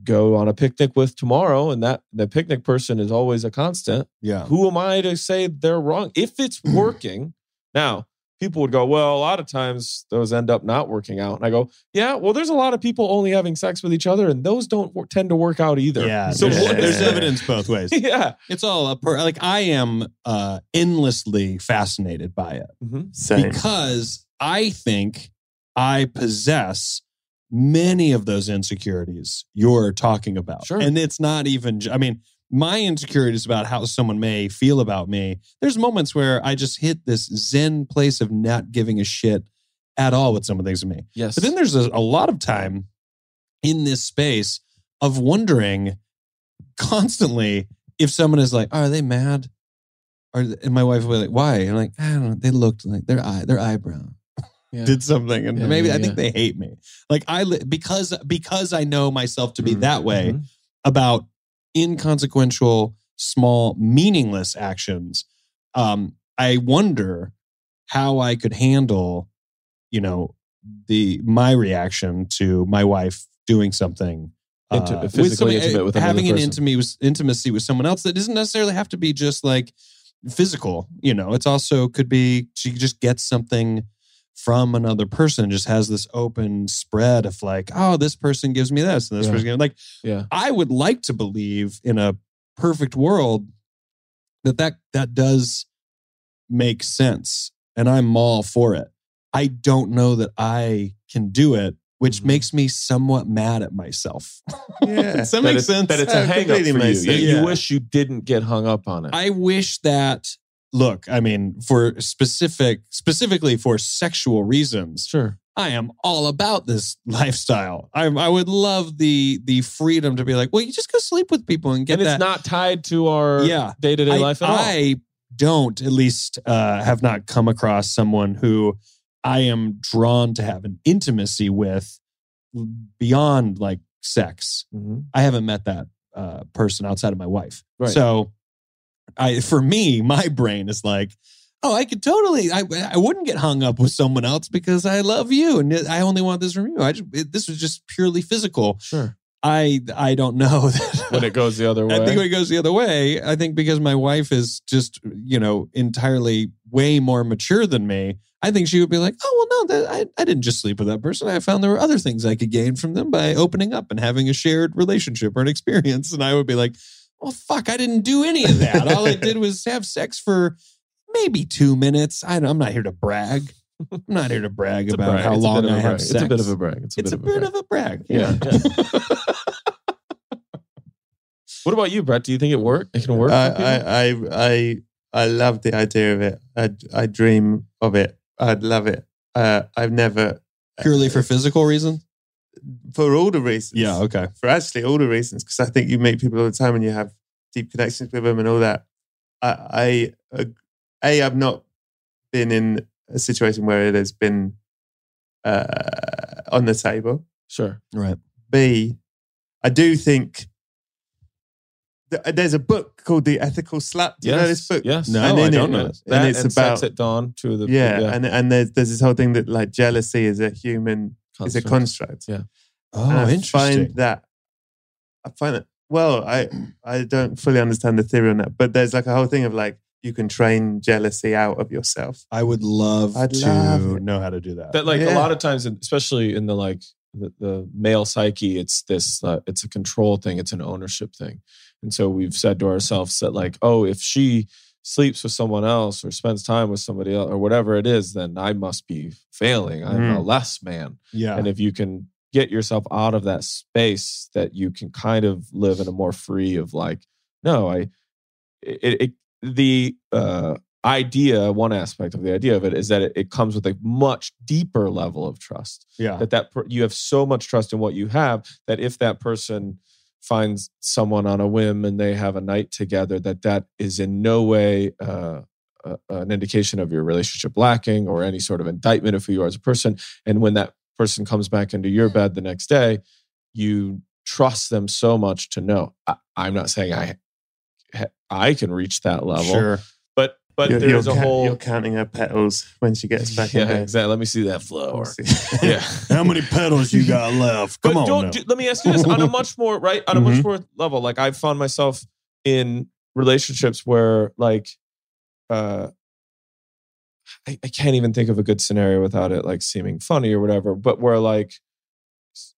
go on a picnic with tomorrow and that the picnic person is always a constant
Yeah.
Um, who am I to say they're wrong?
[CLEARS THROAT]
If it's working, now people would go, well, a lot of times those end up not working out. And I go, yeah, well, there's a lot of people only having sex with each other, and those don't wor- tend to work out either.
Yeah.
So
there's,
what-
there's
there's evidence.
evidence both
[LAUGHS]
ways.
Yeah.
It's all a per- like I am uh, endlessly fascinated by it.
Mm-hmm.
Same.
because I think I possess many of those insecurities you're talking about.
Sure.
And it's not even, j- I mean, my insecurities about how someone may feel about me. There's moments where I just hit this zen place of not giving a shit at all what someone thinks of me.
Yes.
But then there's a, a lot of time in this space of wondering constantly if someone is like, "Are they mad?" Or and my wife will be like, "Why?" And I'm like, "I don't know. They looked like their eye, their eyebrow
Yeah.
did something, and
Yeah,
maybe
yeah,
I think they hate me." Like I li- because because I know myself to be
Mhm,
that way
mhm.
about inconsequential, small, meaningless actions. Um, I wonder how I could handle, you know, the my reaction to my wife doing something uh,
Inti- physically intimate with another
having an
person.
intimacy intimacy with someone else that doesn't necessarily have to be just like physical. You know, it's also could be she just gets something from another person just has this open spread of like oh this person gives me this and this
Yeah.
person gives like
Yeah.
I would like to believe in a perfect world that that, that does make sense and I'm all for it. I don't know that I can do it, which
Mhm.
makes me somewhat mad at myself. [LAUGHS]
Yeah.
Does that
that
make
it's,
sense?
That it's a
That
hang up for
completely
you.
makes
that
sense.
You
Yeah.
wish you didn't get hung up on it.
I wish that look, I mean, for specific specifically for sexual reasons,
sure.
I am all about this lifestyle. I, I would love the the freedom to be like, well, you just go sleep with people and get
and it's
that.
not tied to our
Yeah.
day to day
I,
life at all.
I don't, at least, uh, have not come across someone who I am drawn to have an intimacy with beyond like sex.
Mhm.
I haven't met that uh, person outside of my wife.
Right.
So, I for me, my brain is like, oh, I could totally. I I wouldn't get hung up with someone else because I love you and I only want this from you. I just it, this was just purely physical.
Sure.
[LAUGHS] I I don't know [LAUGHS] that
When it goes the other way.
I think when it goes the other way, I think because my wife is just, you know, entirely way more mature than me, I think she would be like, oh, well, no, that, I, I didn't just sleep with that person. I found there were other things I could gain from them by opening up and having a shared relationship or an experience. And I would be like, well, fuck, I didn't do any of that. All I did was have sex for maybe two minutes. I don't, I'm not here to brag. I'm not here to brag
It's a
about
brag.
how
It's a
long
bit of
I
a
have
brag.
sex.
It's a bit of a brag. It's a
It's
bit of a
brag.
brag. Yeah.
[LAUGHS]
What about you, Brett? Do you think it work? It can work. for people?
I, I, I, I love the idea of it. I, I dream of it. I'd love it. Uh, I've never
Purely for physical reasons?
for all the reasons.
okay.
for actually all the reasons because I think you meet people all the time and you have deep connections with them and all that. I, I uh, a I've not been in a situation where it has been uh, on the table.
sure.
Right.
B I do think th- uh, there's a book called The Ethical Slap. Do you know this book?
Yes. Oh,
No,
And
I
in
don't
it-
know this.
That
And it's
and
about
Sex at Dawn, two of the
yeah, and and there's there's this whole thing that like jealousy is a human is a construct.
Yeah.
And
Oh,
I
interesting.
Find that I find that well, I I don't fully understand the theory on that, but there's like a whole thing of like you can train jealousy out of yourself.
I would love
I'd
to
love it.
know how to do that.
That like a
Yeah.
lot of times, in- especially in the like the, the male psyche, it's this uh, it's a control thing, it's an ownership thing, and so we've said to ourselves that like, oh, if she sleeps with someone else or spends time with somebody else or whatever it is, then I must be failing. I'm a less man.
yeah.
And if you can get yourself out of that space, that you can kind of live in a more free of like, no, I, it, it the uh, idea, one aspect of the idea of it is that it, it comes with a much deeper level of trust.
yeah.
That that per, you have so much trust in what you have that if that person finds someone on a whim and they have a night together, that that is in no way. Uh, a- an indication of your relationship lacking or any sort of indictment of who you are as a person. And when that person comes back into your bed the next day, you trust them so much to know. I, I'm not saying I ha- I can reach that level,
Sure.
but but
You're-
there's
you're
a
ca-
whole
you're counting her petals when she gets back
yeah
in bed.
exactly. Let me see that flower.
Obviously.
[LAUGHS] yeah.
How many pedals you got
[LAUGHS]
left? Come
but
on.
don't
now. Mm-hmm.
do- let me ask you this on a much more right on a much more level. Like I've found myself in relationships where like uh I, I can't even think of a good scenario without it like seeming funny or whatever, but where like s-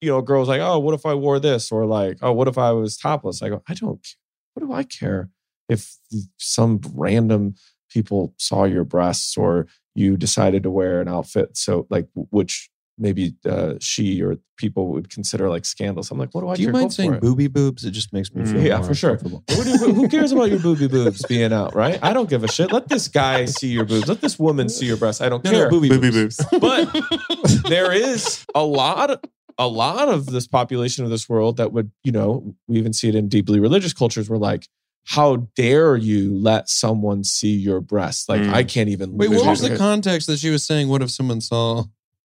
you know, a girl's like, oh, what if I wore this? Or like, oh, what if I was topless? I go, I don't care. What do I care if some random people saw your breasts or you decided to wear an outfit? So like, w- which maybe uh, she or people would consider like scandals. I'm like, what do I
Do you
care? Go
mind
for
saying
it.
booby boobs? It just makes me
Mm.
feel
Yeah,
more
for sure.
uncomfortable.
Who, do- who cares about your booby boobs being out, right? I don't give a shit. Let this guy see your boobs. Let this woman see your breasts. I don't
No,
care.
no, booby,
[LAUGHS] Booby
boobs.
boobs.
[LAUGHS]
but there is a lot a lot of this population of this world that would you know we even see it in deeply religious cultures where like how dare you let someone see your breasts like
Mm.
i can't even
Wait, what was
visualize
the
it.
context that she was saying? What if someone saw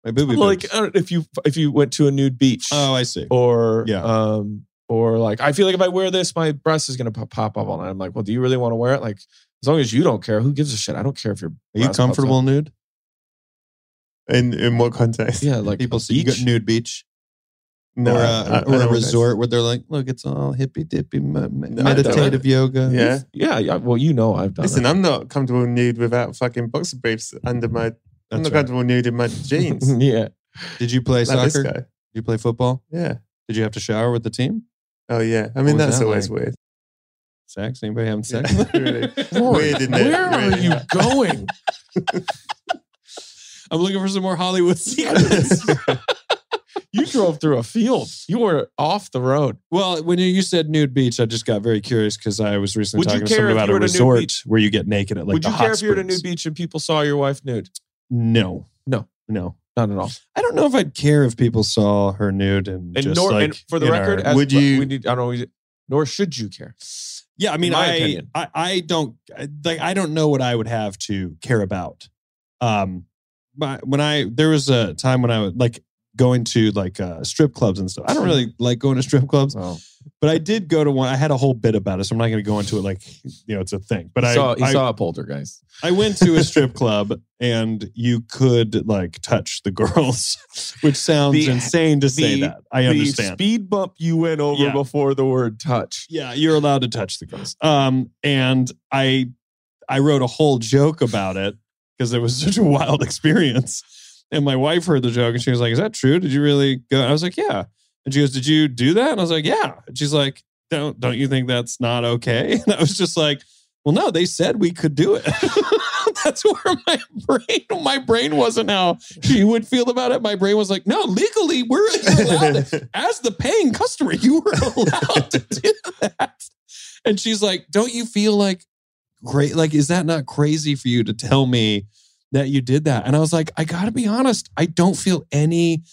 my booby
like uh,
boobs?
I don't- if you if you went to a nude beach
oh, I see.
or
Yeah.
um or like I feel like if I wear this, my breast is gonna pop, pop up all night. I'm like, well, do you really want to wear it? Like, as long as you don't care, who gives a shit? I don't care if you're.
Are you comfortable nude?
In in what context?
Yeah, like
People
a
see you
beach?
got nude beach
No,
or
I- I- I
a,
don't
or a
know.
resort where they're like, look, it's all hippy dippy
I don't-
meditative yoga.
Yeah.
Yeah, yeah. Well, you know I've done.
Listen,
it.
I'm not comfortable nude without fucking boxer briefs under my. I'm
That's
not
right.
comfortable nude in
[LAUGHS]
my jeans. like
[LAUGHS] yeah.
Did you play
this
soccer? Did
guy.
you play football?
Yeah.
Did you have to shower with the team?
Oh yeah. I
What was
mean, that's
that
always
like?
weird.
Sex? Anybody having sex?
Yeah, really.
[LAUGHS]
Weird, isn't it?
Where are
Really.
you going? I'm looking for some more
[LAUGHS]
Hollywood secrets.
You [LAUGHS] drove through a field. You were off the road.
well, when you- you said nude beach, I just got very curious because I was recently
Would you
talking to
care
someone
if
about
you
a
were at a nude
resort
beach?
where you get naked at like
Would
the
you
hot
care if you were at a
springs.
nude beach and people saw your wife nude?
No,
No.
no.
Not at all.
I don't know if I'd care if people saw her nude and,
And
just
nor,
like
and for the
in
record,
our-
as,
Would you-
We need, I don't know. Nor should you care.
yeah, I mean,
my
I,
opinion.
I, I don't I- like. I don't know what I would have to care about. Um, but when I there was a time when I would like going to like uh, strip clubs and stuff. I
Hmm.
don't really like going to strip clubs,
Well,
but I did go to one. I had a whole bit about it, so I'm not going to go into it. Like, you know, it's a thing. But
he
I
saw, he
I,
saw a poltergeist.
I went to a
[LAUGHS]
strip club and you could like touch the girls, [LAUGHS] which sounds
The-
insane to say
the-
that. I understand.
speed bump you went over
Yeah.
before the word touch.
yeah, you're allowed to touch the girls. Um, and I, I wrote a whole joke about it because it was [LAUGHS] such a wild experience. And my wife heard the joke and she was like, "Is that true? Did you really go?" And I was like, "Yeah." And she goes, "Did you do that?" And I was like, "Yeah." And she's like, "Don't don't you think that's not okay?" [LAUGHS] And I was just like, "Well, no. They said we could do it." [LAUGHS] that's where my [LAUGHS] brain my brain wasn't how she would feel about it. My brain was like, "No, legally, we're [LAUGHS] you're allowed to
[LAUGHS]
as the paying customer, you
[LAUGHS]
were allowed to do that. And she's like, Don't you feel like great? Like, is that not crazy for you to tell me that you did that? And I was like, I gotta be honest, I don't feel any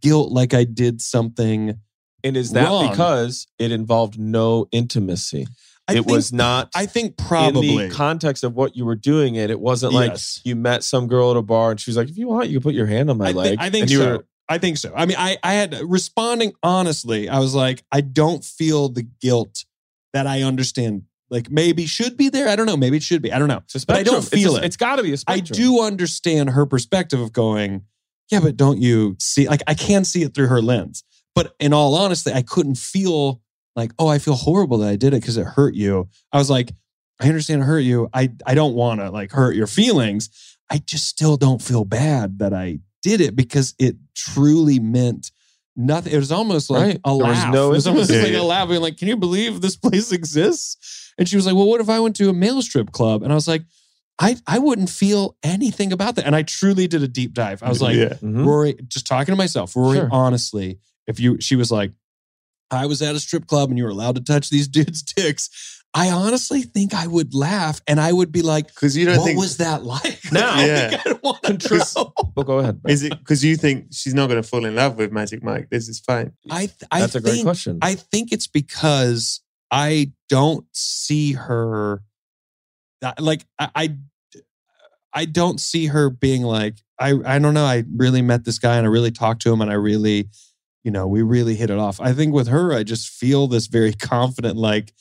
guilt like I did something.
And is that
Wrong.
because it involved no intimacy?
I
it
think,
was not
I think probably.
in the context of what you were doing it. It wasn't like
Yes.
you met some girl at a bar and she was like, if you want, you can put your hand on my
I,
leg.
think, I think
and you
so.
were-
I think so. I mean, I, I had responding honestly, I was like, I don't feel the guilt that I understand. Like maybe should be there. I don't know. Maybe it should be. I don't know.
It's a
But I
spectrum.
don't feel
it's
it.
It's got to be a
I
spectrum.
do understand her perspective of going, yeah, but don't you see? Like, I can see it through her lens. But in all honesty, I couldn't feel like, oh, I feel horrible that I did it because it hurt you. I was like, I understand it hurt you. I, I don't want to like hurt your feelings. I just still don't feel bad that I did it because it truly meant nothing. It was almost like
Right.
a
There was
laugh.
no
it was almost
empathy.
like a laugh. Being like, can you believe this place exists? And she was like, well, what if I went to a male strip club? And I was like, I, I wouldn't feel anything about that. And I truly did a deep dive. I was like,
yeah.
Mhm.
Rory, just talking to myself, Rory,
Sure.
honestly, if you, she was like, I was at a strip club and you were allowed to touch these [LAUGHS] dudes' dicks. I honestly think I would laugh and I would be like,
Because you don't
what
think
was that like? [LAUGHS]
Now-
I
Yeah.
think I'd want to
Contr-
know.
Well, go ahead.
is it because you think she's not going to fall in love with Magic Mike? This is fine.
I, th- I
That's a great
think
question.
I think it's because I don't see her I- like I, I I don't see her being like I I don't know I really met this guy and I really talked to him and I really you know we really hit it off. I think with her I just feel this very [LAUGHS] confident like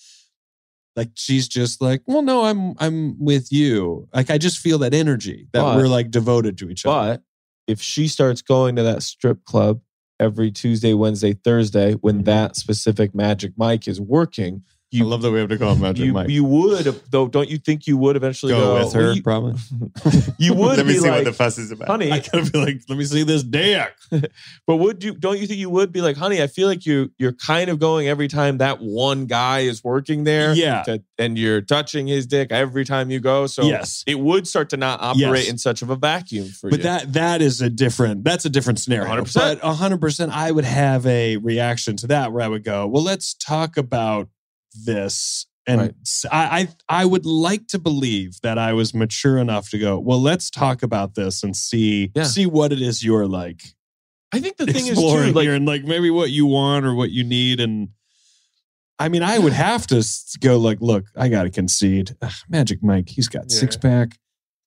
like she's just like well no I'm I'm with you. Like I just feel that energy that
But-
we're like devoted to each other.
But if she starts going to that strip club every Tuesday, Wednesday, Thursday,
Mm-hmm.
when that specific Magic Mike is working, you-
love that we have to call him Magic
you, you would though. Don't you think you would eventually
go
go,
with her
well, You,
probably. [LAUGHS]
you would
Let me
be
see
like,
what the fuss is about.
honey.
I gotta be like, let me see this dick.
but would you? Don't you think you would be like, honey? I feel like you you're kind of going every time that one guy is working there.
Yeah.
to- and you're touching his dick every time you go. So
yes.
it would start to not operate
Yes.
in such of a vacuum for
But
you.
that that is a different that's a different scenario.
100%.
But hundred percent I would have a reaction to that where I would go, well, let's talk about this. And
Right.
s- I, I I would like to believe that I was mature enough to go, well, let's talk about this and see
Yeah.
see what it is you're like
I think the thing is
exploring
too, like
here and like maybe what you want or what you need and I mean, I would have to s- go like, look, I gotta concede. Ugh, Magic Mike, he's got
Yeah.
six pack,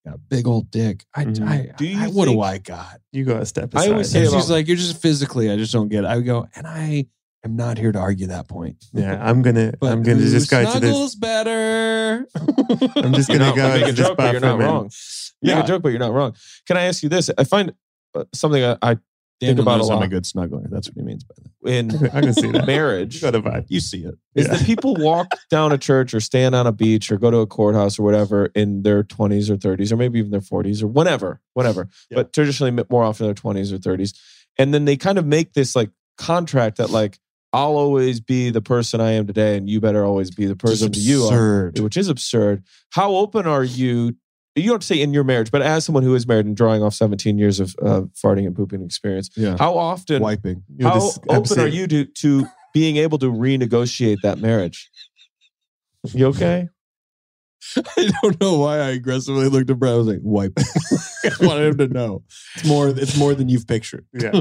got a big old dick. I,
Mhm.
I,
Do you
I- what do
think-
I got?
You got to step aside.
I always say
And
about-
she's like, you're just physically, I just don't get it. I would go, and I am not here to argue that point.
yeah, I'm gonna,
[LAUGHS] But
I'm gonna
who
just go to this.
snuggles better.
I'm just
You're
gonna
not-
go
I
to
make a
this
joke, but you're
bathroom.
not
and-
wrong. You Make a joke, but you're not wrong. Can I ask you this? I find uh, something I, I
Daniel
about
knows
a
I'm a
lot.
good snuggler. That's what he means by that.
in
[LAUGHS] I can see that. You
marriage
got a vibe.
You see it.
is
Yeah.
that people walk down a church or stand on a beach or go to a courthouse or whatever in their 20s or 30s or maybe even their 40s or whatever, whatever.
Yeah.
But traditionally m- more often their 20s or 30s. And then they kind of make this like contract that like I'll always be the person I am today and you better always be the person
Just
you uh, are.
absurd.
which is absurd. How open are you? You don't have to say in your marriage, but as someone who is married and drawing off 17 years of uh, farting and pooping experience,
Yeah.
how often,
Wiping.
You're
how
this
open are
absolute-
you to, to being able to renegotiate that marriage? You okay?
[LAUGHS] I don't know why I aggressively looked at Brad. I was like, wipe. [LAUGHS] I wanted him to know. It's more, it's more than you've pictured.
Yeah,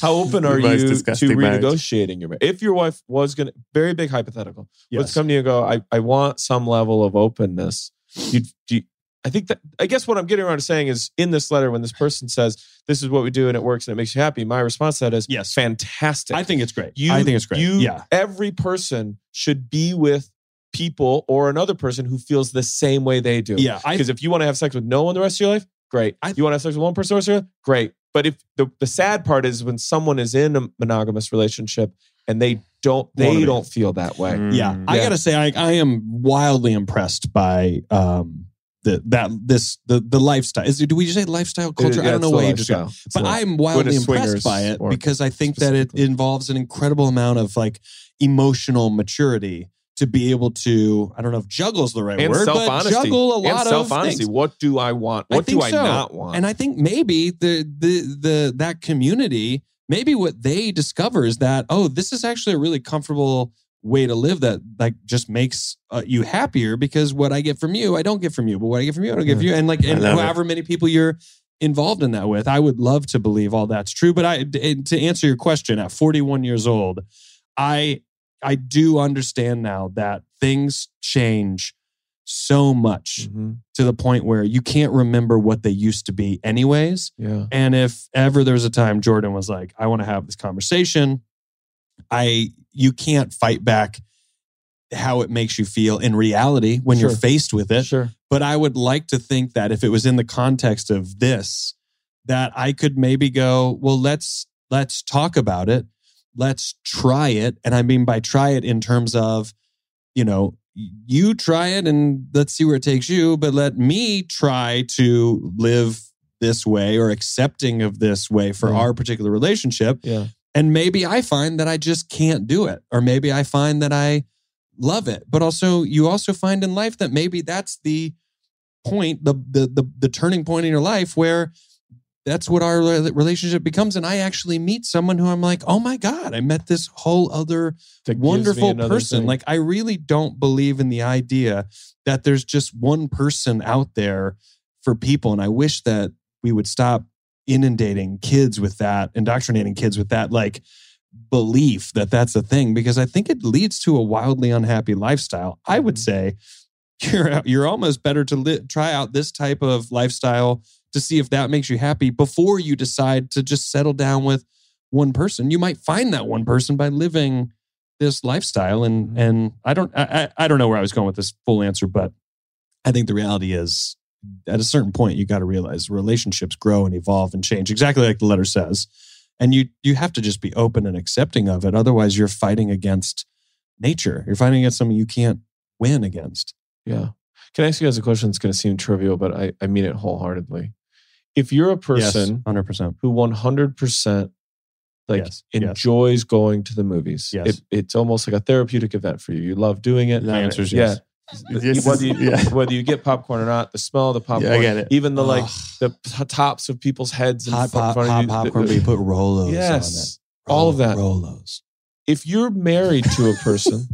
How open are
The
you
most
to
disgusting marriage.
renegotiating your marriage? If your wife was going to, very big hypothetical, let's
Yes.
come to you and go, I, I want some level of openness. You, do you- I think that, I guess what I'm getting around to saying is in this letter, when this person says, this is what we do and it works and it makes you happy, my response to that is,
Yes.
fantastic.
I think it's great.
You-
I think it's great.
You,
yeah.
Every person should be with people or another person who feels the same way they do.
Yeah. I
Because if you want to have sex with no one the rest of your life, great.
I-
you want to have sex with one person the rest of your life, great. But if the, the sad part is when someone is in a monogamous relationship and they don't
Wanna
they
be.
don't feel that way.
yeah i
[LAUGHS] Mm. Yeah.
gotta say I, I am wildly impressed by um the, that this the the lifestyle is do we say lifestyle culture i don't know why you just but i'm wildly
Go to
impressed
swingers
by it
or-
because i think that it
specifically.
involves an incredible amount of like emotional maturity to be able to i don't know if juggles the right
and
word
self
but
honesty.
juggle a lot
and
of
self honesty.
things.
What do I want?
I
What do
think
I
so.
not want?
and i think maybe the the the that community maybe what they discover is that oh this is actually a really comfortable way to live that like just makes uh, you happier because what i get from you i don't get from you but what i get from you i don't get from you and like
Hmm. I
and
love it.
however many people you're involved in that with i would love to believe all that's true but i d- eh, to answer your question at 41 years old i i do understand now that things change so much
Mm-hmm.
Mhm.
to the point where you can't remember what they used to be anyways
yeah.
and if ever there was a time jordan was like i want to have this conversation i you can't fight back how it makes you feel in reality when you're
Sure.
faced with it.
Sure.
But I would like to think that if it was in the context of this, that I could maybe go, well, let's let's talk about it. Let's try it. And I mean by try it in terms of, you know, you try it and let's see where it takes you, but let me try to live this way or accepting of this way for
Yeah.
our particular relationship.
Yeah.
And maybe I find that I just can't do it. Or maybe I find that I love it. But also you also find in life that maybe that's the point, the the the, the turning point in your life where that's what our rela- relationship becomes. And I actually meet someone who I'm like, oh my God, I met this whole other
That gives me
wonderful
another
person.
thing.
Like, I really don't believe in the idea that there's just one person out there for people. And I wish that we would stop inundating kids with that, indoctrinating kids with that, like, belief that that's a thing because I think it leads to a wildly unhappy lifestyle. I would say
Mm-hmm.
you're you're almost better to li- try out this type of lifestyle to see if that makes you happy before you decide to just settle down with one person. You might find that one person by living this lifestyle and and I don't I I I don't know where I was going with this full answer but I think the reality is at a certain point you got to realize relationships grow and evolve and change exactly like the letter says and you you have to just be open and accepting of it otherwise you're fighting against nature you're fighting against something you can't win against
Yeah. Can I ask you guys a question that's going to seem trivial, but I, I mean it wholeheartedly? If you're a person
yes, 100%
who 100% like
Yes, yes.
enjoys going to the movies,
Yes.
it, it's almost like a therapeutic event for you. You love doing it.
My answer is
yeah.
yes.
Yes,
whether, [LAUGHS] you,
[LAUGHS] yeah.
whether you get popcorn or not, the smell of the popcorn,
Yeah, I get it.
even the like
Ugh.
the p- tops of people's heads and
hot,
in
pop,
front of
hot
you,
popcorn but you put rolos
yes,
on it
all of that.
rolos
if you're married to a [LAUGHS] person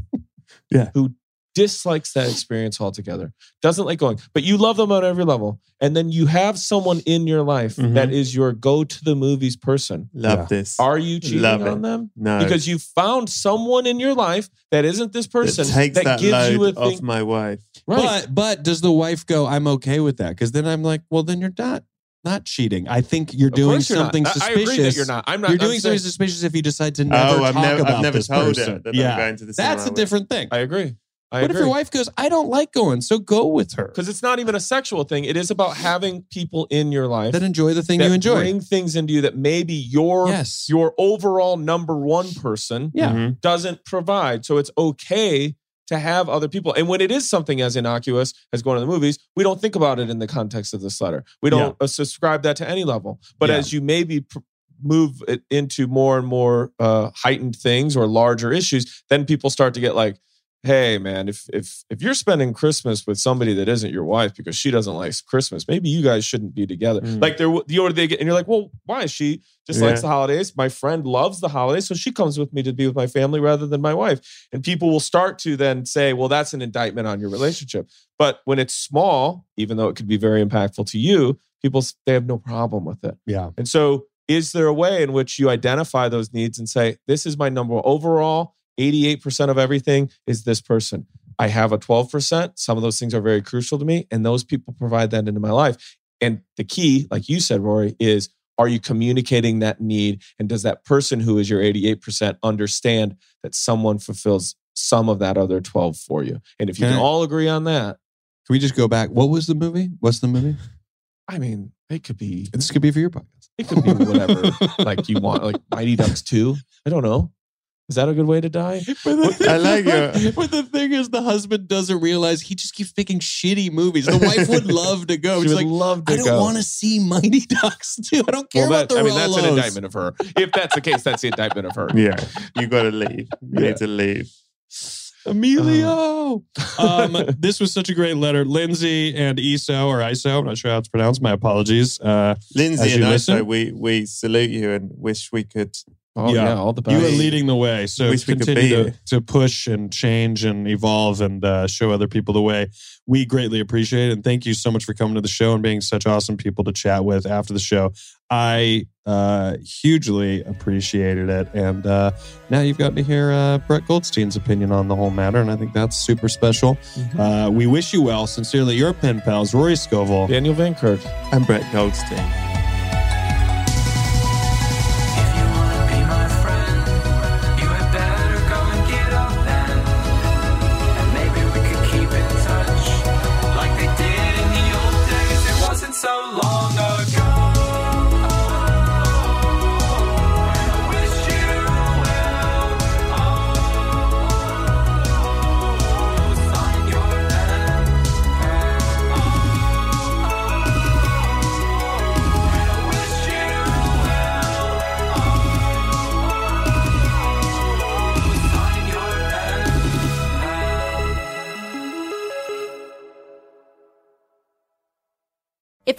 Yeah.
who dislikes that experience altogether, doesn't like going, but you love them on every level, and then you have someone in your life
Mhm.
that is your go to the movies person,
Love
Yeah.
this.
are you cheating
Love it.
on them?
no,
Because you found someone in your life that isn't this person
it takes that,
gives
load
you a
off
thing.
my wife.
right.
but but does the wife go i'm okay with that because then i'm like well then you're not not cheating i think you're
Of
doing
course you're not.
something
I- I
suspicious
agree that you're not. I'm not.
You're
I'm
doing
saying-
something suspicious if you decide to never
oh, I've
talk
never,
about
I've never
this
told
person.
her that
yeah,
I'm going to the cinema.
that's a
with-
different thing.
I agree. I
what
agree.
if your wife goes, I don't like going, so go with her.
Because it's not even a sexual thing. It is about having people in your life
Then enjoy the thing
that
you enjoy.
bring things into you that maybe your
yes.
your overall number one person
Yeah.
Mhm.
doesn't provide. So it's okay to have other people. And when it is something as innocuous as going to the movies, we don't think about it in the context of this letter. We don't uh, subscribe that to any level. But
Yeah.
as you maybe pr- move it into more and more uh, heightened things or larger issues, then people start to get like, hey man, if if if you're spending Christmas with somebody that isn't your wife because she doesn't like Christmas, maybe you guys shouldn't be together.
Mm.
Like there, you know, they get, and you're like, well, why she just
Yeah.
likes the holidays? My friend loves the holidays, so she comes with me to be with my family rather than my wife. And people will start to then say, well, that's an indictment on your relationship. But when it's small, even though it could be very impactful to you, people s- they have no problem with it.
Yeah.
And so, is there a way in which you identify those needs and say, this is my number overall? 88% of everything is this person. I have a 12%. Some of those things are very crucial to me, and those people provide that into my life. And the key, like you said, Rory, is are you communicating that need? And does that person who is your 88% understand that someone fulfills some of that other 12 for you? And if you
Can
can
I-
all agree on that,
Can we just go back? What was the movie? What's the movie?
I mean, it could be
This could be for your podcast.
it could be whatever like you
[LAUGHS]
want, like Mighty Ducks 2. I don't know. Is that a good way to die?
I like your-
But the thing is, the husband doesn't realize he just keeps picking shitty movies. The wife
[LAUGHS]
would love to go.
she
She's
would
like,
love to
I don't
go.
want to see Mighty Ducks too. I don't care
well, that,
about the
I mean, that's an
Rolos."
indictment of her. If that's the case, that's the indictment [LAUGHS] of her.
Yeah, you got to leave. You
[LAUGHS] Yeah.
need to leave.
[LAUGHS]
Emilio. um, this was such a great letter. Lindsay and ISO or ISO, I'm not sure how it's pronounced. My apologies. Uh,
Lindsay
As
and
you
I,
listen.
so we we salute you and wish we could.
Oh, yeah.
Yeah.
all the
you
best.
are leading the way. So
Wish we could
continue
be
to,
here.
to push and change and evolve and uh, show other people the way. We greatly appreciate it. And thank you so much for coming to the show and being such awesome people to chat with after the show. I uh, hugely appreciated it. And uh, now you've gotten to hear uh, Brett Goldstein's opinion on the whole matter. And I think that's super special.
Mm-hmm.
Uh, we wish you well. Sincerely, your pen pals, Rory Scovel.
Daniel Van Kirk.
I'm Brett Goldstein.
If you wanna be my friend, you had better go and get up and
Oh,
If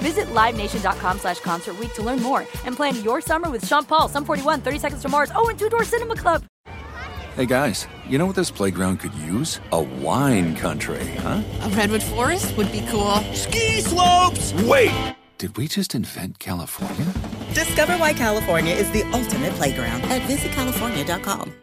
Visit LiveNation.com slash Concert Week to learn more and plan your summer with Sean Paul, Sum 41, 30 Seconds to Mars, oh, and Two Door Cinema Club.
Hey guys, you know what this playground could use? A wine country, huh?
A redwood forest would be cool.
Ski slopes! Wait!
Did we just invent California?
Discover why California is the ultimate playground at visitcalifornia.com.